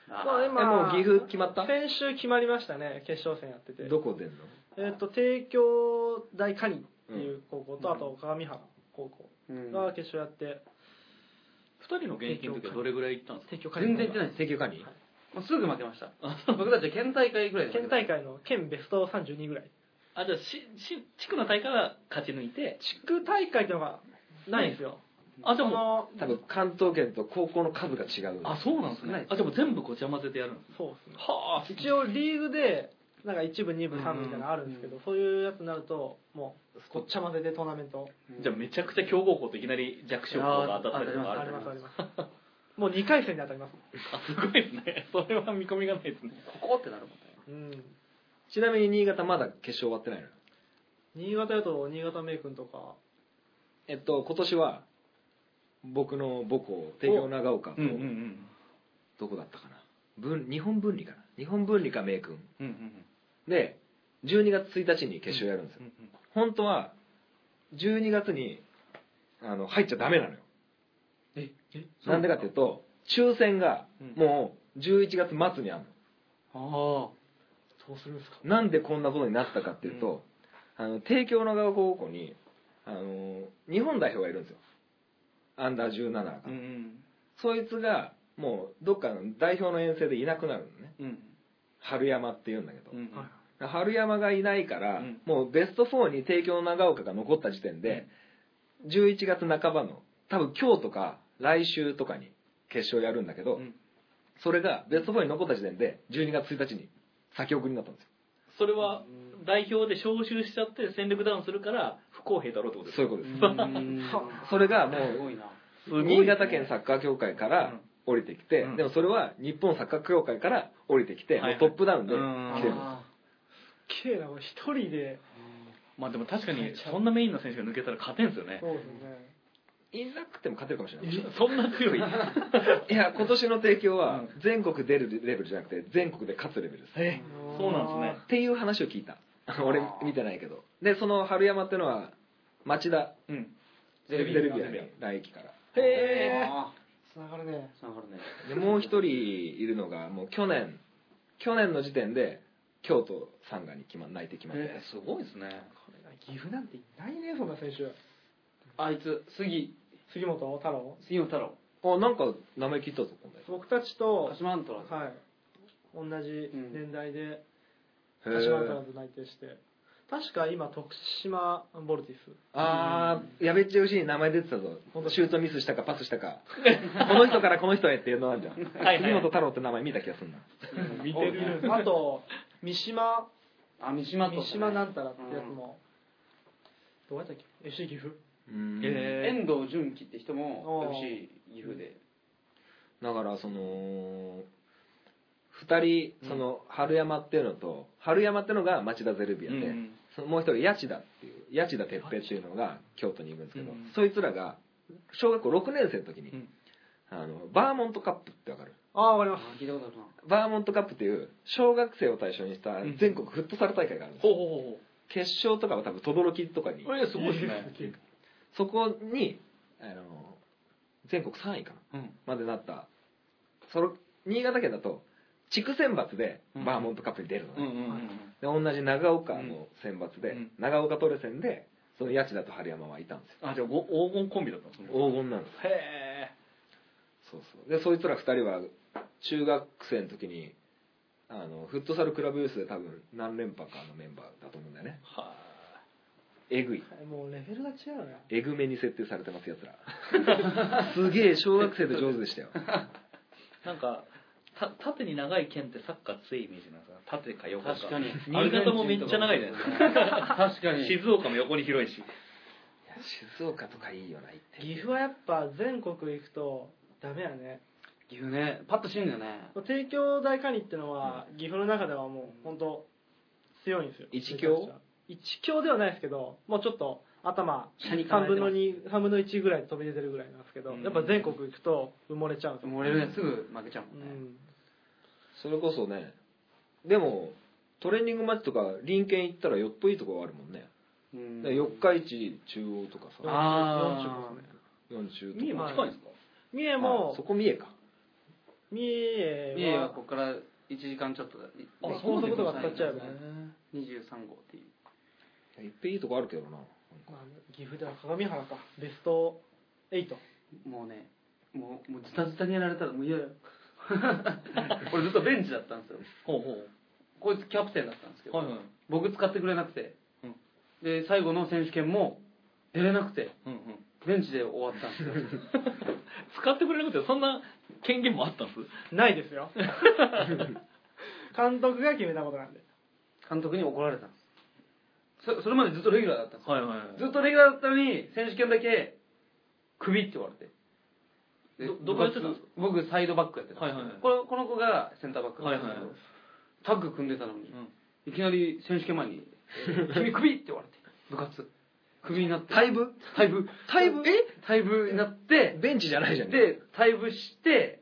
S3: そう
S1: えもう岐阜決まった
S3: 先週決まりましたね決勝戦やってて
S1: どこ出んの
S3: えっ、と帝京大カニっていう高校と、
S4: うん
S3: あと鏡原高校
S2: うん
S3: が決勝やって
S4: 二人の現役の時はどれぐらい行ったんですか
S3: 帝京カニ
S2: 全然行ってないです
S1: 請求管理
S2: もうすぐ負けました僕たち県大会ぐらいで負け
S3: 県
S2: た
S3: 大会の県ベスト32ぐらい
S4: あじゃあしし地区の大会は勝ち抜いて
S3: 地区大会っていうのがないんですよ
S4: あで
S3: そ
S4: も
S3: の
S1: 多分関東圏と高校の数が違う
S4: あそうなんです
S2: 少ない
S4: ね
S2: です
S4: あでも全部ごちゃ混ぜてやるんです
S3: そうですね
S4: はあ
S3: 一応リーグでなんか1部2部3部みたいなのあるんですけど、そういうやつになるともうごっちゃ混ぜでトーナメント
S2: うん
S4: じゃあめちゃくちゃ強豪校といきなり弱小校が当たったりとか
S3: あ
S4: あ
S3: り
S4: る
S3: ますあります もう2回戦で当たります
S4: あすごいですねそれは見込みがないですね
S2: ここってなるもんね
S3: うん
S1: ちなみに新潟まだ決勝終わってないの
S3: 新潟やと新潟メイ君とか
S1: えっと今年は僕の母校帝京長岡と、
S4: うんうんうん
S1: どこだったかな分日本分離かな日本分離か名君
S4: うんうん
S1: で12月1日に決勝やるんですよ、
S4: うん
S1: 本当は12月にあの入っちゃダメなのよ
S4: ええ
S1: なんでかっていうと抽選が
S4: うん
S1: もう11月末にある
S2: あ
S3: そうするんですか
S1: のなんでこんなことになったかっていうと、あの帝京長岡高校にあの日本代表がいるんですよアンダー17が、
S4: うんうん
S1: そいつがもうどっかの代表の遠征でいなくなるのね
S4: うん
S1: 春山っていうんだけど、
S4: うん
S3: はい
S1: 春山がいないから、
S4: うん
S1: もうベスト4に帝京長岡が残った時点で、11月半ばの多分今日とか来週とかに決勝やるんだけど、
S4: うん
S1: それがベスト4に残った時点で12月1日に先送りになったんですよ
S4: それは代表で招集しちゃって戦力ダウンするから不公平だろうってことです
S1: そういう
S4: か
S1: ことです、
S2: あ
S1: それがも
S2: す
S1: う
S2: ごいな
S1: 新潟県サッカー協会から降りてきて、
S4: うん
S1: でもそれは日本サッカー協会から降りてきて、
S4: はいはい
S1: もうトップダウンで
S4: うん
S1: 来てる
S2: あ
S3: けえな俺一人で
S4: まあでも確かにそんなメインの選手が抜けたら勝てんすよね
S3: そうですね
S1: いなくても勝てるかもしれない
S4: そんな強い
S1: いや今年の提供は
S4: うん
S1: 全国出るレベルじゃなくて全国で勝つレベルです
S4: えそうなんですね
S1: っていう話を聞いた俺見てないけどでその春山ってのは町田
S4: うん
S1: ゼル
S2: ビア
S1: ビアに来駅から
S2: へえ
S3: つながるね
S2: つながるね
S1: でもう一人いるのがもう去年去年の時点で京都サンガに決ま内定決まってる、
S4: すごいですね
S3: これが岐阜なんていないねそんな選手
S2: あいつ杉
S3: 杉本太郎
S2: 杉野太郎
S1: あなんか名前聞いたぞ今度
S3: 僕たちと
S2: 鹿島アントラーズ
S3: はい同じ年代で鹿
S1: へー
S3: 島アントラーズ内定して確か今徳島ボルティス
S1: あーやべっちゃうしに名前出てたぞ
S3: 本当
S1: シュートミスしたかパスしたかこの人からこの人へっていうのあるじゃん
S4: はいはい
S1: 杉本太郎って名前見た気がするな
S4: 見てる
S3: あと三島
S2: あ三島と
S3: 三島なんたらってやつも、どうやったっけ FC 岐阜
S1: うん
S2: 遠藤純喜って人も
S3: あー
S2: FC 岐阜で
S1: だからその2人その春山っていうのと春山っていうのが町田ゼルビアで、
S4: うん
S1: そのもう一人八千田っていう八千田哲平っていうのが京都にいるんですけど、
S4: うん
S1: そいつらが小学校6年生の時に、
S4: うん
S1: あのバーモントカップってわかる
S3: あああ、わかりま
S2: 聞いたことあるな
S1: バーモントカップっていう小学生を対象にした全国フットサル大会があるんです
S4: ほ
S1: よ
S4: うほうほ
S1: 決勝とかは多分轟とかに
S4: うほうえーすごいですね
S1: そこにあの全国3位かな、
S4: うん
S1: までなったその新潟県だと地区選抜でバーモントカップに出るのね、
S4: うんうんうん
S1: で同じ長岡の選抜で、
S4: うん
S1: 長岡トレセンでその谷内田と春山はいたんですよ
S4: あじゃあご黄金コンビだったんですね
S1: 黄金なんです
S4: へえ
S1: そうそうでそいつら2人は中学生の時にあのフットサルクラブユースで多分何連覇かのメンバーだと思うんだよね
S4: は
S1: えぐい
S3: す。もうレベルが違うね。
S1: えぐめに設定されてますやつ らすげえ小学生で上手でしたよ
S4: あなんかた縦に長い剣ってサッカー強いイメージなんですか縦か横か
S2: 確かに
S4: 新潟もめっちゃ長いじゃないです
S2: 確か
S4: か
S2: に
S4: 静岡も横に広いし
S1: 静岡とかいいよな行って
S3: 岐阜はやっぱ全国行くとダメやね。
S2: 岐阜ねパッと死んだよね
S3: 帝京大カニってのは、岐阜の中ではもう本当強いんですよ。
S1: 一強
S3: 一強ではないですけど、もうちょっと頭、
S2: 下に構え
S3: 3
S2: てます
S3: 分の2、3分の1ぐらいで飛び出てるぐらいなんですけど、
S4: うん
S3: やっぱ全国行くと埋もれちゃうんですよ。
S2: 俺ねすぐ負けちゃうも
S3: うん
S2: ね、
S3: ん。
S1: それこそねでもトレーニングマッチとか林県行ったらよっぽいいとこあるもんね、
S2: うん
S1: で四日市中央とかさ
S2: あー
S1: 四中と
S4: 三重も近いんですか
S3: 三重
S1: か
S3: も
S1: あそ、こ三重か
S3: 三重
S2: 三重は
S3: は
S2: ここから1時間ちょっとだ
S4: あ
S2: ね
S4: そうなんですね
S2: 高速
S3: 使っちゃえば
S2: 23号っていう
S1: いっぺんいいとこあるけどな
S3: まあ岐阜では鏡原かベスト8
S2: もうねもうもうズタズタにやられたらもう嫌だよ 俺ずっとベンチだったんですよ
S4: ほうほ
S2: こいつキャプテンだったんですけ
S4: う
S2: ど、
S4: はいはい
S2: 僕使ってくれなくて、
S4: うん
S2: で最後の選手権も出れなくて
S4: うんうん
S2: ベンチで終わったんです よ
S4: 使ってくれなくてそんな権限もあったんです
S3: ないです よ監督が決めたことなんで
S2: 監督に怒られたんですそそれまでずっとレギュラーだったんですよ
S4: はいはい
S2: ずっとレギュラーだったのに選手権だけクビって言われてで
S4: どどこやってたんですか
S2: 僕サイドバックやってたんです
S4: はいはいはい
S2: このこの子がセンターバックだったんですけど
S4: はいはいはい
S2: タッグ組んでたのに、
S4: うん
S2: いきなり選手権前に「君クビ!」って言われて 部活クビになって
S1: 退部
S2: 退部
S1: 退部え
S2: 退部になって
S1: ベンチじゃないじゃん
S2: で退部して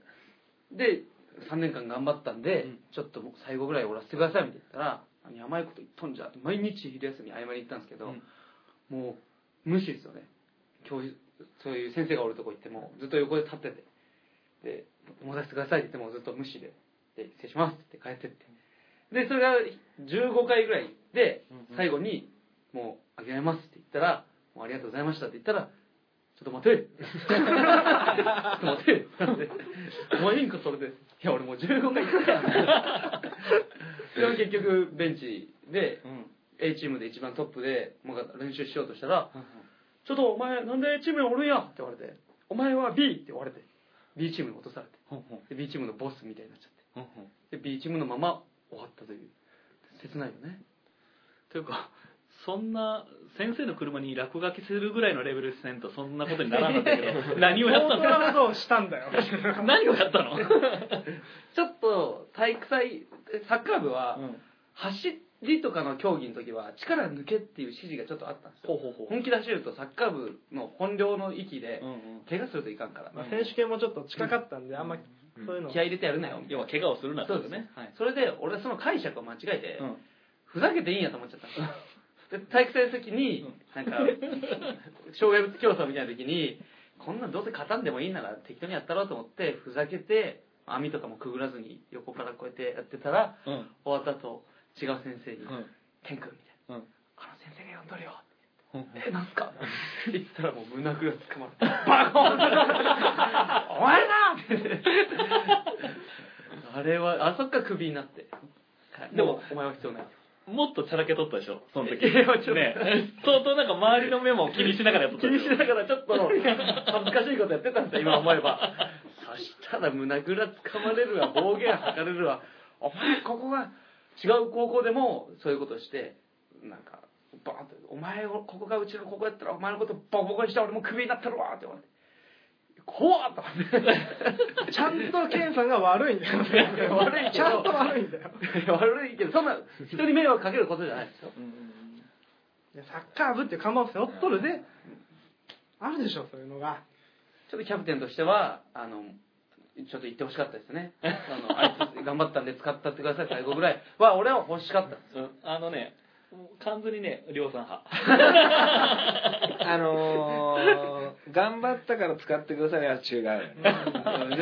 S2: で3年間頑張ったんで、
S4: うん
S2: ちょっともう最後ぐらいおらせてくださいみたいな言ったら何甘いこと言っとんじゃって毎日昼休み謝りに行ったんですけど、
S4: うん
S2: もう無視ですよね教授そういう先生がおるとこ行ってもずっと横で立っててで「お任せください」って言ってもずっと無視で「で失礼します」って帰ってってでそれが15回ぐらいで
S4: うんうん
S2: 最後に「もう諦めます」って言ったら「もうありがとうございました」って言ったら「ちょっと待て!」ちょっと待てよお前いいんかそれでいや俺もう15回行ったからでも結局ベンチで
S4: うん
S2: A チームで一番トップでもう練習しようとしたら「ちょっとお前なんで A チームにおるんや」って言われて「お前は B」って言われて B チームに落とされて
S4: ほうほう
S2: で B チームのボスみたいになっちゃっ
S4: ほうほう
S2: てで B チームのまま終わったという切ないよね
S4: というかそんな先生の車に落書きするぐらいのレベルせんとそんなことにならなかったけ ど何を
S3: 相
S4: やった
S3: 当なこ
S4: の
S3: とをしたんだよ
S4: 何をやったの、
S2: ちょっと体育祭サッカー部は走りとかの競技の時は力抜けっていう指示がちょっとあったんですよ
S4: ほうほうほう
S2: 本気で走るとサッカー部の本領の域で
S4: うんうん
S2: 怪我するといかんから、
S3: まあ 選手権もちょっと近かったんであんまそういうの
S2: 気合い入れてやるなよみたい
S4: 要
S2: な
S4: は怪我をするなって
S2: そ
S4: こ
S2: うで
S4: と
S2: すね
S4: ね、はい
S2: それで俺はその解釈を間違えて、
S4: うん
S2: ふざけていいんやと思っちゃったんですよ で体育祭の時になんか障害物競争みたいな時にこんなんどうせ勝たんでもいいなら適当にやったろうと思ってふざけて網とかもくぐらずに横からこうやってやってたら
S4: うん
S2: 終わった後違う先生に「
S4: うん
S2: 天君」みたいな「あ
S4: うん
S2: の先生が呼んどるよ」
S4: ほうほう
S2: え、なんすかって言ったらもう胸ぐらつかまれて、バコンお前なって。あれは、あそっからクビになって。でも、お前は必要ない。
S4: もっとチャラけ取ったでしょその時
S2: いやちょっと
S4: ね相当なんか周りの目も気にしながらやっとった
S2: 気
S4: で
S2: に
S4: ょ
S2: しながらちょっと恥ずかしいことやってたんですよ、今思えば。そしたら胸ぐらつかまれるわ、暴言吐かれるわ。お前、ここが違う高校でもそういうことして、なんか、バーンって、お前を、ここがうちの高校やったらお前のことボコボコにして俺もクビになってるわって言われて。怖っと思って。
S3: ちゃんと健さんが悪いんだよね
S2: 悪いけ
S3: ち
S2: ど
S3: ゃんと 悪いんだよ
S2: 悪いけど、そんな人に迷惑かけることじゃないですよ。
S4: うんうん
S3: いやサッカー部っていう看板を背負っとるであるでしょそういうのが
S2: ちょっとキャプテンとしては、あの、ちょっと言ってほしかったです ね。あの、あいつ頑張ったんで使ったってください、最後ぐらい。は、俺は欲しかったです。
S4: うん、あのね、もう完全にね、量産派。
S1: あのー、頑張ったから使ってくださいは違う。
S2: や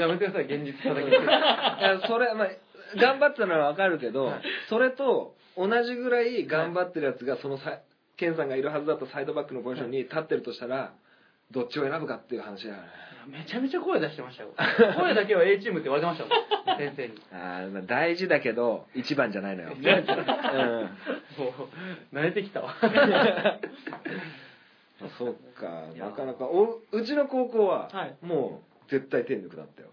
S2: めてください、現実叩 きつけて
S1: いやそれ、まあ、頑張ったのはわかるけど、それと同じぐらい頑張ってるやつが、そのさ、ケンさんがいるはずだったサイドバックのポジションに立ってるとしたら、どっちを選ぶかっていう話だよね。
S2: めちゃめちゃ声出してま したよ。声だけは A チームって言われてましたもん、先生に。
S1: あーまあ大事だけど、一番じゃないの よ。うん
S2: もう、慣れてき たわ。
S1: あそうか、なかなか、おうちの高校は、
S5: はい
S1: もう絶対手抜くなったよ。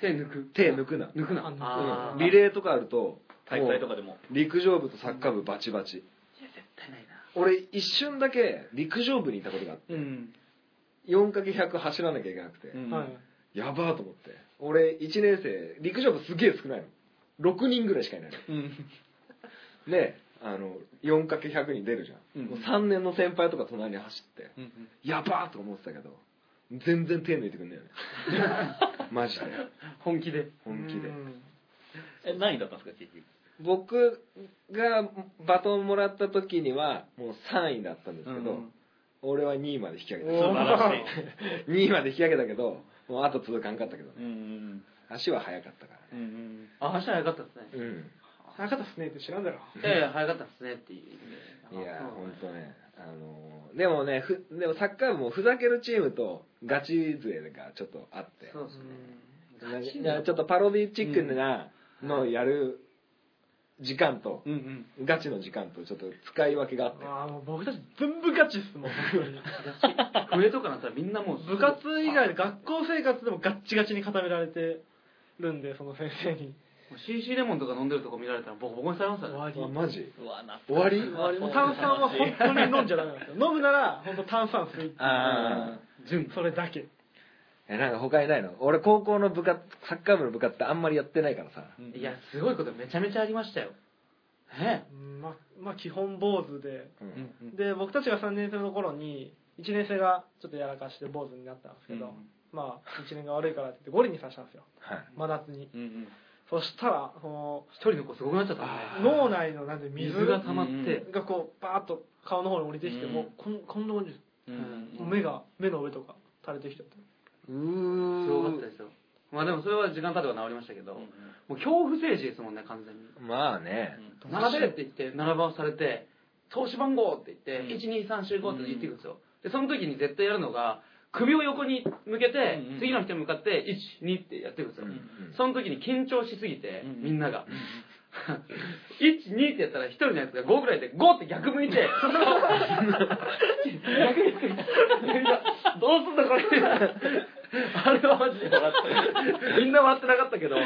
S2: 手抜く。
S1: 手抜くな。
S2: 抜くな。
S5: あ
S1: う
S2: ー
S1: んリレーとかあると、
S4: 大会とかでも。
S1: 陸上部とサッカー部バチバチ。
S2: いや、絶対ないな。
S1: 俺、一瞬だけ陸上部にいたことがあって、
S5: うん。
S1: 4×100 走らなきゃいけなくて、
S4: うん
S5: はい。
S1: やばーと思って。俺、1年生、陸上部すげえ少ないの。6人ぐらいしかいないの。
S5: うん。
S1: で、あの、4×100 に出るじゃん。
S4: うん
S1: もう3年の先輩とか隣に走って、
S4: うん
S1: やばーと思ってたけど、全然手抜いてくんねえよね。 マジで。
S2: 本気で。
S1: 本気で。
S4: え、何位だったんですか、結局。
S1: 僕がバトンもらった時には、もう3位だったんですけど、
S4: うん
S1: 俺は2位まで引き上げた。
S4: 素晴らし
S1: 2位まで引き上げたけど、もうあと続かんかったけどね
S4: い。うん。
S1: 足は速かったからね。
S4: うん。
S2: あ、話は早かったですね。
S1: うん。
S3: なかったっすねって知らんだろ。
S2: いやいや、早かったですねっていう意味で。
S1: いやー、
S2: あそう
S1: ほんとね。あのーでもねふ、でもサッカー部もふざけるチームとガチ勢がちょっとあって
S2: そうですね。
S1: なんか、ちょっとパロディチックなのをやる時間と、
S4: うんうん。
S1: ガチの時間とちょっと使い分けがあって。
S3: ああ、もう僕たち全部ガチっすもん、本当に。
S2: 笛とかなったらみんなもう、
S3: 部活以 外で学校生活でもガッチガチに固められてるんで、その先生に。
S2: もう CC レモンとか飲んでるとこ見られたらボコボコにされますよ
S3: 終
S2: ね。
S3: わり。
S1: あマジ
S4: うわ、な
S1: 終わり
S3: 終わりもう炭酸は本当に飲んじゃダメなんですよ。飲むなら、本当炭酸水。
S1: ああ。
S2: 純
S3: それだけ。
S1: え、なんか他にないの俺高校の部活、サッカー部の部活ってあんまりやってないからさ。
S2: いや、すごいことめちゃめちゃありましたよ。ね
S3: うんま、まあ、基本坊主で。
S1: うん
S4: うん。
S3: で、僕たちが3年生の頃に、1年生がちょっとやらかして坊主になったんですけど、
S4: うん
S3: まあ、1年が悪いからって言ってゴリに刺したんですよ。
S1: はい。
S3: 真夏に。
S4: うんうん。
S3: そしたら、その
S2: 一人の子すごくなっちゃったもんね
S1: あー
S3: 脳内のなんで水
S2: 水が
S3: が
S2: 溜まって、
S3: がこう、バーッと顔の方に降りてきて、
S4: うん
S3: もうこん、こんな感じです。
S4: うんうん。
S3: 目が、目の上とか垂れてきちゃって。
S1: う
S2: すごかっ
S1: ー
S2: たですよ。まあでもそれは時間経てば治りましたけど、もう恐怖政治ですもんね、完全に。
S1: まあね。
S2: 並べって言って、並ばされて、投資番号って言って、12345って言っていくんですよ。で、その時に絶対やるのが、首を横に向けて
S4: うんうん、
S2: 次の人に向かって、1、2ってやっていくんですよ
S4: うんうん。
S2: その時に緊張しすぎて
S4: うんう、ん
S2: みんなが。1、2ってやったら1人のやつが5ぐらいで、5って逆向いて、逆にどうすんだこれあれはマジで笑った。みんな笑ってなかったけど、もう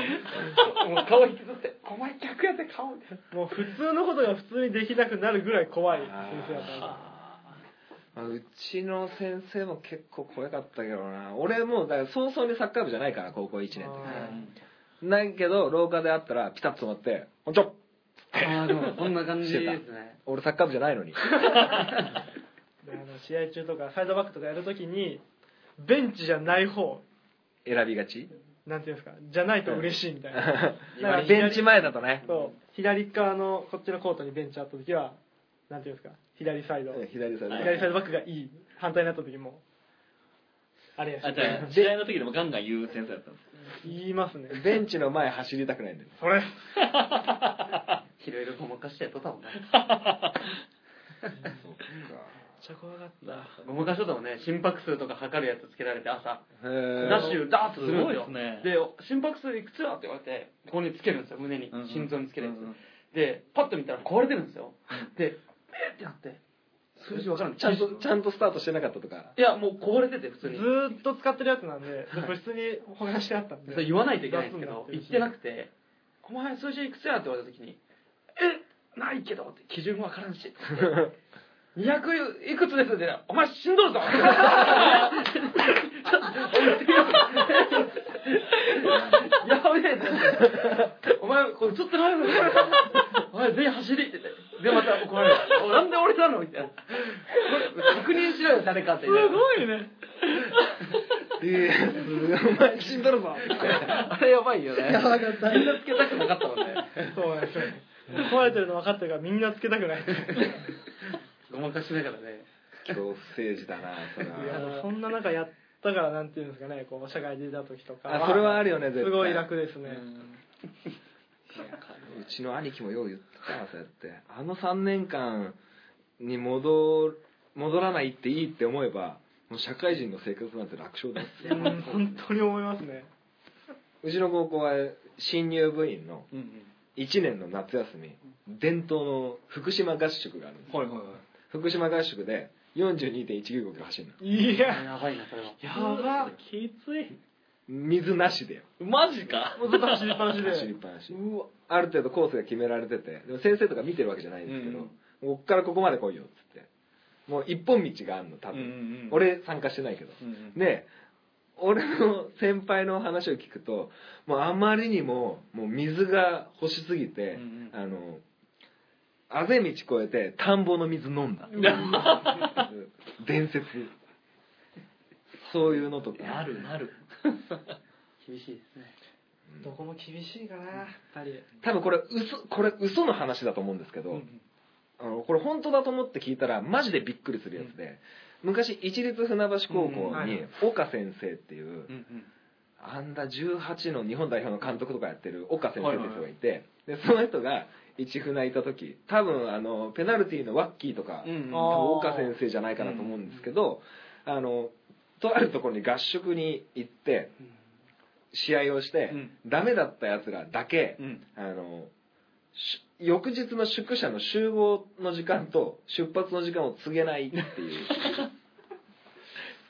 S2: 顔引きずって、お前逆やって顔みたいな。
S3: もう普通のことが普通にできなくなるぐらい怖い先生だった
S1: まあうちの先生も結構怖かったけどな。俺もう、だから早々にサッカー部じゃないから、高校1年
S3: あ
S1: って。ないけど、廊下で会ったらピタッと止まって、ほんちょ
S2: ああ、でもそんな感じですね。
S1: 俺サッカー部じゃないのに。
S3: であの試合中とかサイドバックとかやるときにベンチじゃない方
S1: 選びがち
S3: なんていうんですかじゃないと嬉しいみたいなだから
S1: ベンチ前だとね。
S3: そう左側のこっちのコートにベンチあったときはなんていうんですか左サイド
S1: うん左サイド。
S3: 左サイドバックがいい反対になったときもあれやし
S4: あ、じゃあ、試合の時でもガンガン言う先生だったんです
S3: 言いますね
S1: ベンチの前走りたくないんだよ。
S3: それ
S2: いろいろごまかしてやっとったもんね。
S3: めっちゃ怖かった
S2: ごまかしとったもんね。心拍数とか測るやつつけられて朝、
S1: へー
S2: ダッシュダーッとするんですよ。
S4: すごいですね
S2: で、心拍数いくつだって言われて、ここにつけるんですよ、胸に
S4: うんうん。
S2: 心臓につけるやつ。
S4: うんうん
S2: で、パッと見たら壊れてるんですよ。で、ペーってなって、数字わからん。
S1: ちゃんと、ちゃんとスタートしてなかったと か。
S2: いや、もう壊れてて、普通
S3: ず
S2: に。
S3: ーっと使ってるやつなんでで部室に保管してあったんで
S2: それ言わないといけないんですけど、
S3: 出
S2: 言っ
S3: すん
S2: て
S3: だ
S2: なくて、お前数字いくつやって言われた時に、え、ないけどって基準もわからんし。って言って200いくつですって言ったらお前しんどい ぞやべえってお前、これ映ってないのお前、全員走りって言って。で、また怒られる。おなんで俺なのみたいな。これ確認しろよ、誰かって。
S3: すごいねお前死んど る ぞ。
S2: あれやばいよね。
S3: やばかった
S2: みんなつけたくなかったもんね。
S3: そうや、そうや。壊れてるの分かってるからみんなつけたくない。
S2: ごまかしながらね。
S1: 恐怖政治だな、それ
S3: いや
S1: は。
S3: そんな中やったからなんていうんですかねこう社会で出た時とか
S1: あそれはあるよね絶対
S3: すごい楽ですね
S1: うちの兄貴もよう言ってたわそうやってあの3年間に戻る戻らないっていいって思えばもう社会人の生活なんて楽勝だっ
S3: うん本当に思いますね
S1: うちの高校は新入部員の1年の夏休み伝統の福島合宿があるんですよ
S5: はいはいは
S1: 福島合宿で42.195キロ走る
S3: いや
S2: やばいな、それは。
S3: やばきつい
S1: の水なしでよ
S4: マジか
S3: もうずっと走りっぱなしで
S1: 走りっぱなしある程度コースが決められててでも先生とか見てるわけじゃないんですけど、
S4: うん
S1: こっからここまで来いよっつってもう一本道があるの多
S4: うん
S1: 分、
S4: うんうん
S1: 俺参加してないけど、
S4: うんうん
S1: で俺の先輩の話を聞くともうあまりにももう水が欲しすぎて、
S4: うんうん
S1: あのあぜ道越えて田んぼの水飲ん だ、伝説そういうのとか
S4: なるなる
S2: 厳しいですね。
S3: どこも厳しいかなやっぱり
S1: 多分これ嘘これ嘘の話だと思うんですけど、あのこれ本当だと思って聞いたらマジでびっくりするやつで、昔一律船橋高
S4: うん
S1: 校
S3: は
S1: に
S3: い
S1: 岡先生っていう、
S4: うんうん
S1: アンダー18の日本代表の監督とかやってる岡先生っていう人がいて、でその人が一船いた時多分あのペナルティーのワッキーとか、
S4: うんうん
S1: 多分
S3: あー
S1: 岡先生じゃないかなと思うんですけど、あのとあるところに合宿に行って試合をして、
S4: うん
S1: ダメだったやつらだけ、
S4: うん
S1: あのし翌日の宿舎の集合の時間と出発の時間を告げないっていう。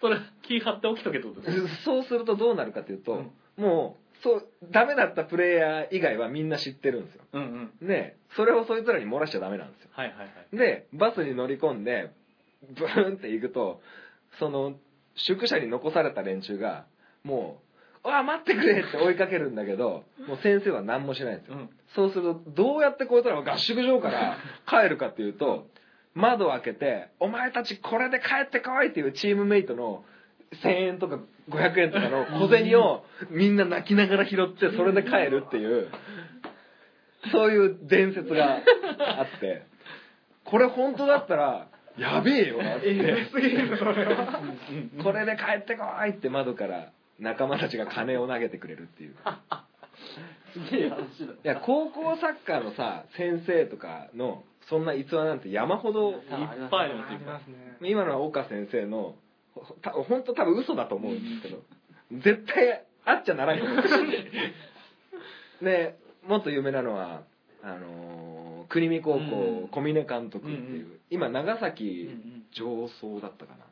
S4: それ気張って起きとけってことです
S1: うんそうするとどうなるかというと、
S4: うん
S1: もうそうダメだったプレイヤー以外はみんな知ってるんですよ
S4: うんうん
S1: でそれをそいつらに漏らしちゃダメなんですよ
S4: はいはいはい
S1: でバスに乗り込んでブーンって行くとその宿舎に残された連中がもう「あ待ってくれ!」って追いかけるんだけどもう先生は何もしないんですよ、
S4: うん
S1: そうするとどうやってこいつらは合宿場 から帰るかっていうと窓を開けて「お前たちこれで帰ってこい!」っていうチームメイトの1000円とか500円とかの小銭をみんな泣きながら拾ってそれで帰るって いうそういう伝説があってこれ本当だったらやべえよなって
S3: えぐすぎるそれは
S1: これで帰ってこいって窓から仲間たちが金を投げてくれるっていう
S2: すげえ話だ。
S1: いや高校サッカーのさ先生とかのそんな逸話なんて山ほど
S4: いっぱいあります
S3: あ
S4: よ
S3: りますね
S1: 今のは岡先生のほた本当多分嘘だと思うんですけど絶対あっちゃならんよでもっと有名なのはあのー国見高
S4: うん
S1: 校小峰監督っていう、
S4: うん
S1: 今長
S4: うん
S1: 崎
S4: うん
S1: 上層だったかな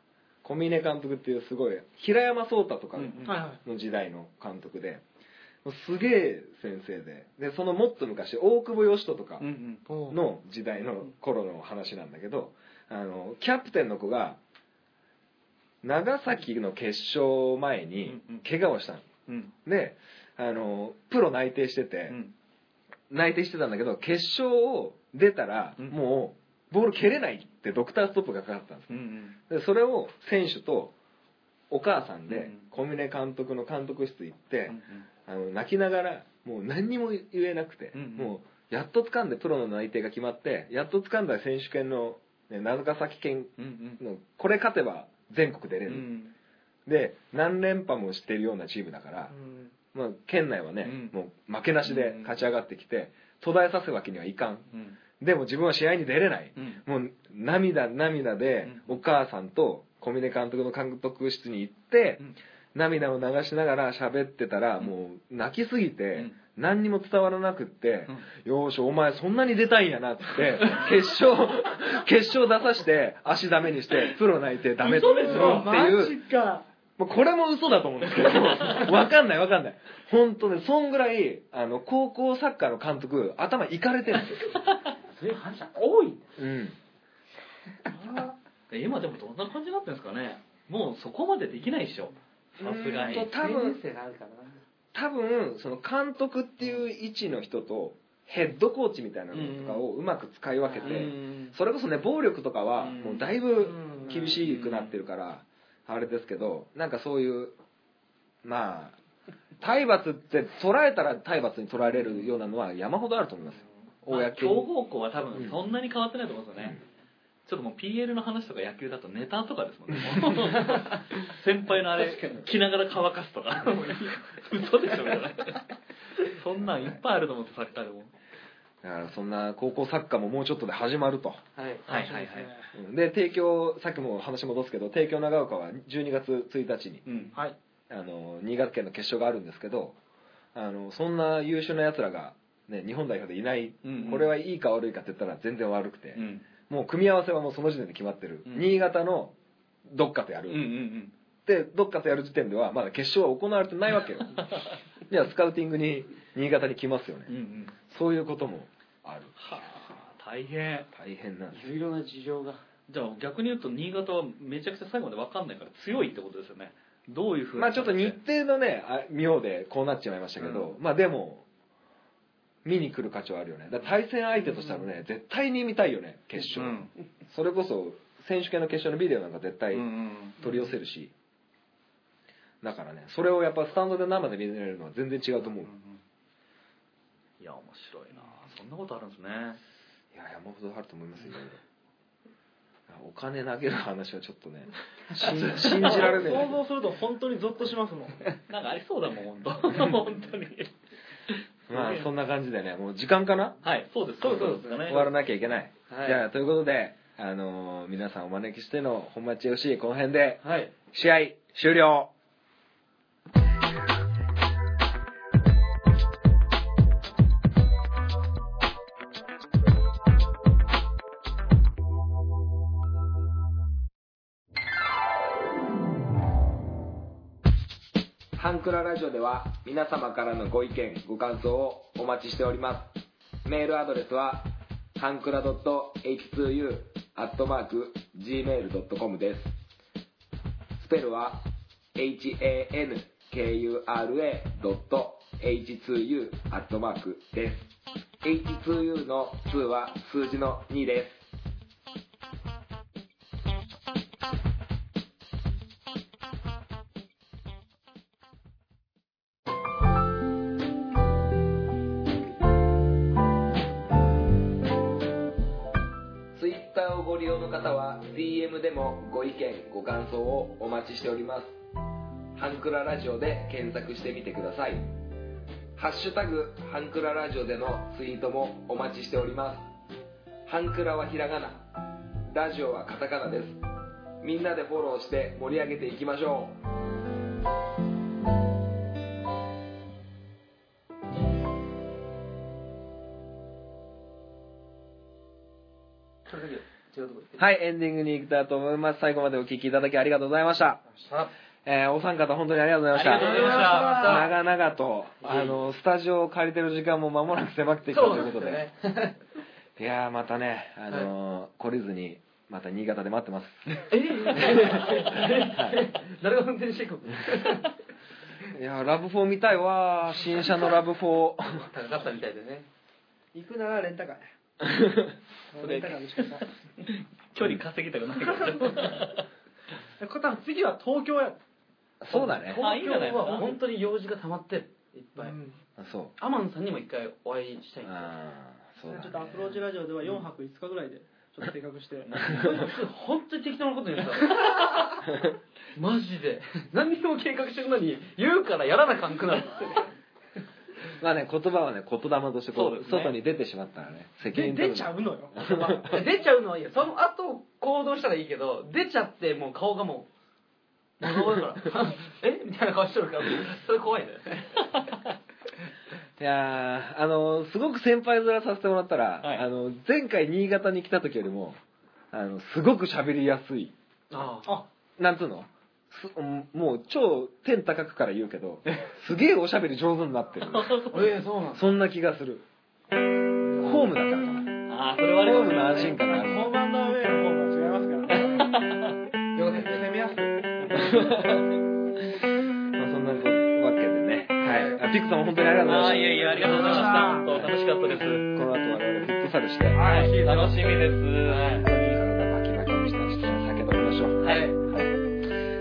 S1: 小峰監督っていうすごい平山壮太とか
S4: うんうん
S3: はいはい
S1: の時代の監督で、すげえ先生ででそのもっと昔大久保嘉人とか
S4: うんうん
S3: おう
S1: の時代の頃の話なんだけどあのキャプテンの子が長崎の決勝前に
S4: うんうん
S1: 怪我をしたの
S4: うん
S1: であのプロ内定してて、
S4: うん
S1: 内定してたんだけど決勝を出たら、
S4: うん
S1: もうボール蹴れないってドクターストップがかかったんです
S4: うんうん
S1: でそれを選手とお母さん
S4: うんう
S1: で
S4: ん
S1: 小峰監督の監督室行って、
S4: う
S1: あ
S4: ん
S1: の泣きながらもう何にも言えなくて、
S4: うんうん
S1: もうやっと掴んでプロの内定が決まってやっと掴んだ選手権の、ね、長崎県
S4: うんうん
S1: のこれ勝てば全国出れ
S4: う
S1: る、
S4: ん
S1: で何連覇もしてるようなチームだから、
S3: うん
S1: まあ、県内はね、
S4: うん
S1: もう負けなしで勝ち上がってきて途絶えさせるわけにはいかん
S4: うん
S1: でも自分は試合に出れない、
S4: うん
S1: もう涙涙でお母さんと小峰監督の監督室に行って、
S4: うん
S1: 涙を流しながら喋ってたら、
S4: うん
S1: もう泣きすぎ
S4: う
S1: て
S4: ん
S1: 何にも伝わらなくって「
S4: うん
S1: よーしお前そんなに出たいんやな」っつって 決勝決勝出さして足ダメにしてプロ泣いてダメって
S4: 嘘でしょ
S1: っていう
S3: マジか
S1: まあこれも嘘だと思うん ですけど、わかんないわかんない。本当ね、そんぐらい、あの、高校サッカーの監督、頭いかれてるんですよ。
S2: そういう話多いんだ
S1: うん。
S4: 今でもどんな感じになってんですかねもうそこまでできないでしょさすがに
S1: う
S4: うん
S1: と多分
S2: 人生があるからな。
S1: 多分、その監督っていう位置の人と、ヘッドコーチみたいなのとかをうまく使い分けて、
S4: ん
S1: それこそね、暴力とかは、
S4: うん
S1: もうだいぶ厳しくなってるから、あれですけど、なんかそういう、まあ、体罰って捉えたら体罰に捉えれるようなのは山ほどあると思いますよ。
S4: まあ
S1: 公
S4: 強
S1: に。
S4: 豪校は多分そんなに変わってないと思うんですよね、ちょっともう PL の話とか野球だとネタとかですもんね先輩のあれ着ながら乾かすとか嘘でしょみたいなそんなんいっぱいあると思ってサッカーでも
S1: だからそんな高校サッカーももうちょっとで始まると。
S2: はい
S4: はいはいはい
S1: うんで、帝京、さっきも話戻すけど、帝京長岡は12月1日に、
S4: うん
S5: はい。
S1: あの、新潟県の決勝があるんですけど、あの、そんな優秀な奴らが、ね、日本代表でいない、
S4: うんうん
S1: これはいいか悪いかって言ったら全然悪くて、
S4: うん
S1: もう組み合わせはもうその時点で決まってる。
S4: うん
S1: 新潟のどっかとや
S4: う
S1: る。
S4: んうん
S1: でどっかとやる時点ではまだ決勝は行われてないわけ よじゃあスカウティングに新潟に来ますよね、
S4: うんうんうん
S1: そういうこともある
S4: はあ大変
S1: 大変なんです
S2: いろいろな事情が
S4: じゃあ逆に言うと新潟はめちゃくちゃ最後まで分かんないから強いってことですよねどういうふう
S1: まあちょっと日程のねあ妙でこうなっちまいましたけど、まあでも見に来る価値はあるよねだから対戦相手としたらね、絶対に見たいよね決勝、
S4: うん
S1: それこそ選手権の決勝のビデオなんか絶対
S4: うんうん
S1: 取り寄せるし、だからねそれをやっぱスタンドで生で見れるのは全然違うと思う、
S4: いや面白いなそんなことあるんですね
S1: いや、山ほどあると思いますよ、いろいろあお金投げる話はちょっとね、信じ信じら れない
S5: 想。像すると本当にゾッとしますもん。
S4: なんかありそうだもん 本当本当に
S1: まあ、そんな感じでね、もう時間かな
S4: はいそうです
S2: そうそう
S4: かね
S1: 終わらなきゃいけない。
S2: はい
S1: じゃあ、ということで、あのー皆さんお招きしての本町 FC この辺で、
S2: はい
S1: 試合終了。ハンクララジオでは皆様からのご意見、ご感想をお待ちしております。メールアドレスは、ハンクラ .h2u.gmail.com です。スペルは hankura.h2u です h2u の2は数字の2ですツイッターをご利用の方は DM でもご意見ご感想をお待ちしておりますハンクララジオで検索してみてくださいハッシュタグハンクララジオでのツイートもお待ちしておりますハンクラはひらがなラジオはカタカナですみんなでフォローして盛り上げていきましょう
S2: それだけ違うとこ行って
S1: はいエンディングに行きたいと思います最後までお聞きいただきありがとうございました
S2: さ
S1: えーお三方本当にありがとうございまし
S4: ありがとうございました
S1: た長々とあのスタジオを借りてる時間も間もなく迫ってきたということで
S2: そうなんで
S1: いやーまたねあのー、懲りずにまた新潟で待ってます
S2: すよねえ誰が運転していくの
S1: いやーラブ4見たいわー新車のラブ4
S2: 高かったみたいでね
S3: 行くならレンタカーね。
S4: それ
S3: レンタカーの仕方。
S4: 距離稼ぎたくないから
S5: こた次は東京や。
S1: そうだね
S4: あ
S2: 東
S4: いいん
S2: 京
S4: じゃないですか
S2: は本当に用事が溜まってるいっぱい、
S1: そう
S2: アマンさんにも一回お会いしたい
S1: あーそうだ、ね、
S5: ちょっとアプローチラジオでは4泊5日ぐらいで、ちょっと計画 して。
S2: こいつ本当に適当なこと言ってたマジで何にも計画してるのに言うからやらなかんくなるって
S1: まあね言葉はね言霊としてこ
S4: そう
S1: う
S4: ですね
S1: 外に出てしまったらね責
S5: で
S1: 任取
S5: 出
S1: る
S5: ちゃうのよ。
S2: 出ちゃうのはいいよその後行動したらいいけど出ちゃってもう顔がもうもうだから えみたいな顔してるからそれ怖いね
S1: いやーあのーすごく先輩面させてもらったら、
S4: はい
S1: あの前回新潟に来た時よりもあのすごく喋りやすい
S2: ああ
S5: あ、
S1: なんつうのすもう超天高くから言うけどすげえおしゃべり上手になって る
S2: ええそうなん
S1: そんな気がするホームだからかな
S4: あーそれはあ
S1: ホーム
S4: ります
S1: の
S4: ね
S1: 安心感があ
S5: ホ
S1: る
S5: ームアンダーウェイの方が違いますからね。
S2: よかったですね
S5: 攻めやすく。
S1: まあ、そんなわけでね、はい、あピックさんも本当にありがとうご
S4: あ
S1: ざ
S4: ー
S1: いま
S4: い
S1: し
S4: やいやありがとうございましたそう楽しかったです
S1: たこの後我々フットサルして、
S4: はい楽しみです
S1: 本当に体バキバキにしたら酒飲みましょう
S4: はい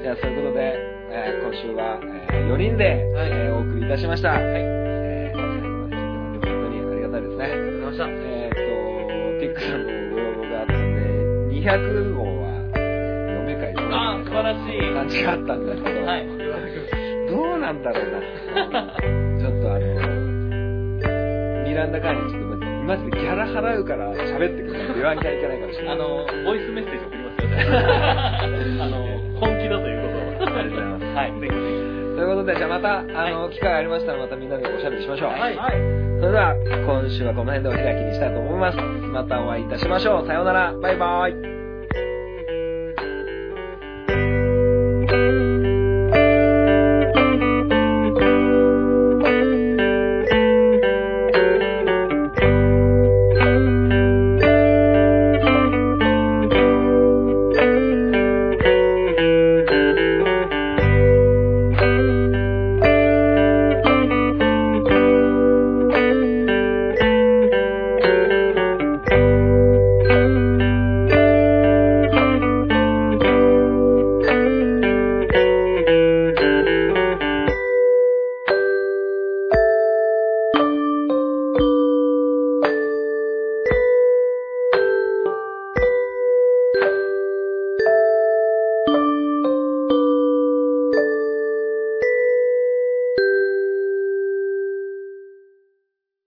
S1: じゃあそういうことで、えー今週は、えー、 4人で、
S2: はい
S1: えーお送りいたしました。えー最後まで聞いてもらって本当にありがたいですね。
S2: りがとうございまし
S1: えーっと、ティックさんのご応募があったんで、200号は、ね、嫁会と
S4: あー素晴らしい
S1: 感じがあったんだけど、
S4: はい
S1: どうなんだろ うな。ちょっとあの、ミランダ会にちょっとマジでギャラ払うから喋ってくれって言わなきゃいけないかもしれない。
S4: あのボイスメッセージ送り ますよねあの本気だということを
S1: ありがとうござい
S4: はいぜひぜひ
S1: ということで、じゃあまた、あの、機会ありましたらまたみんなでおしゃべりしましょう。
S4: はい
S1: それでは、今週はこの辺でお開きにしたいと思います。またお会いいたしましょう。さようなら。バイバイ。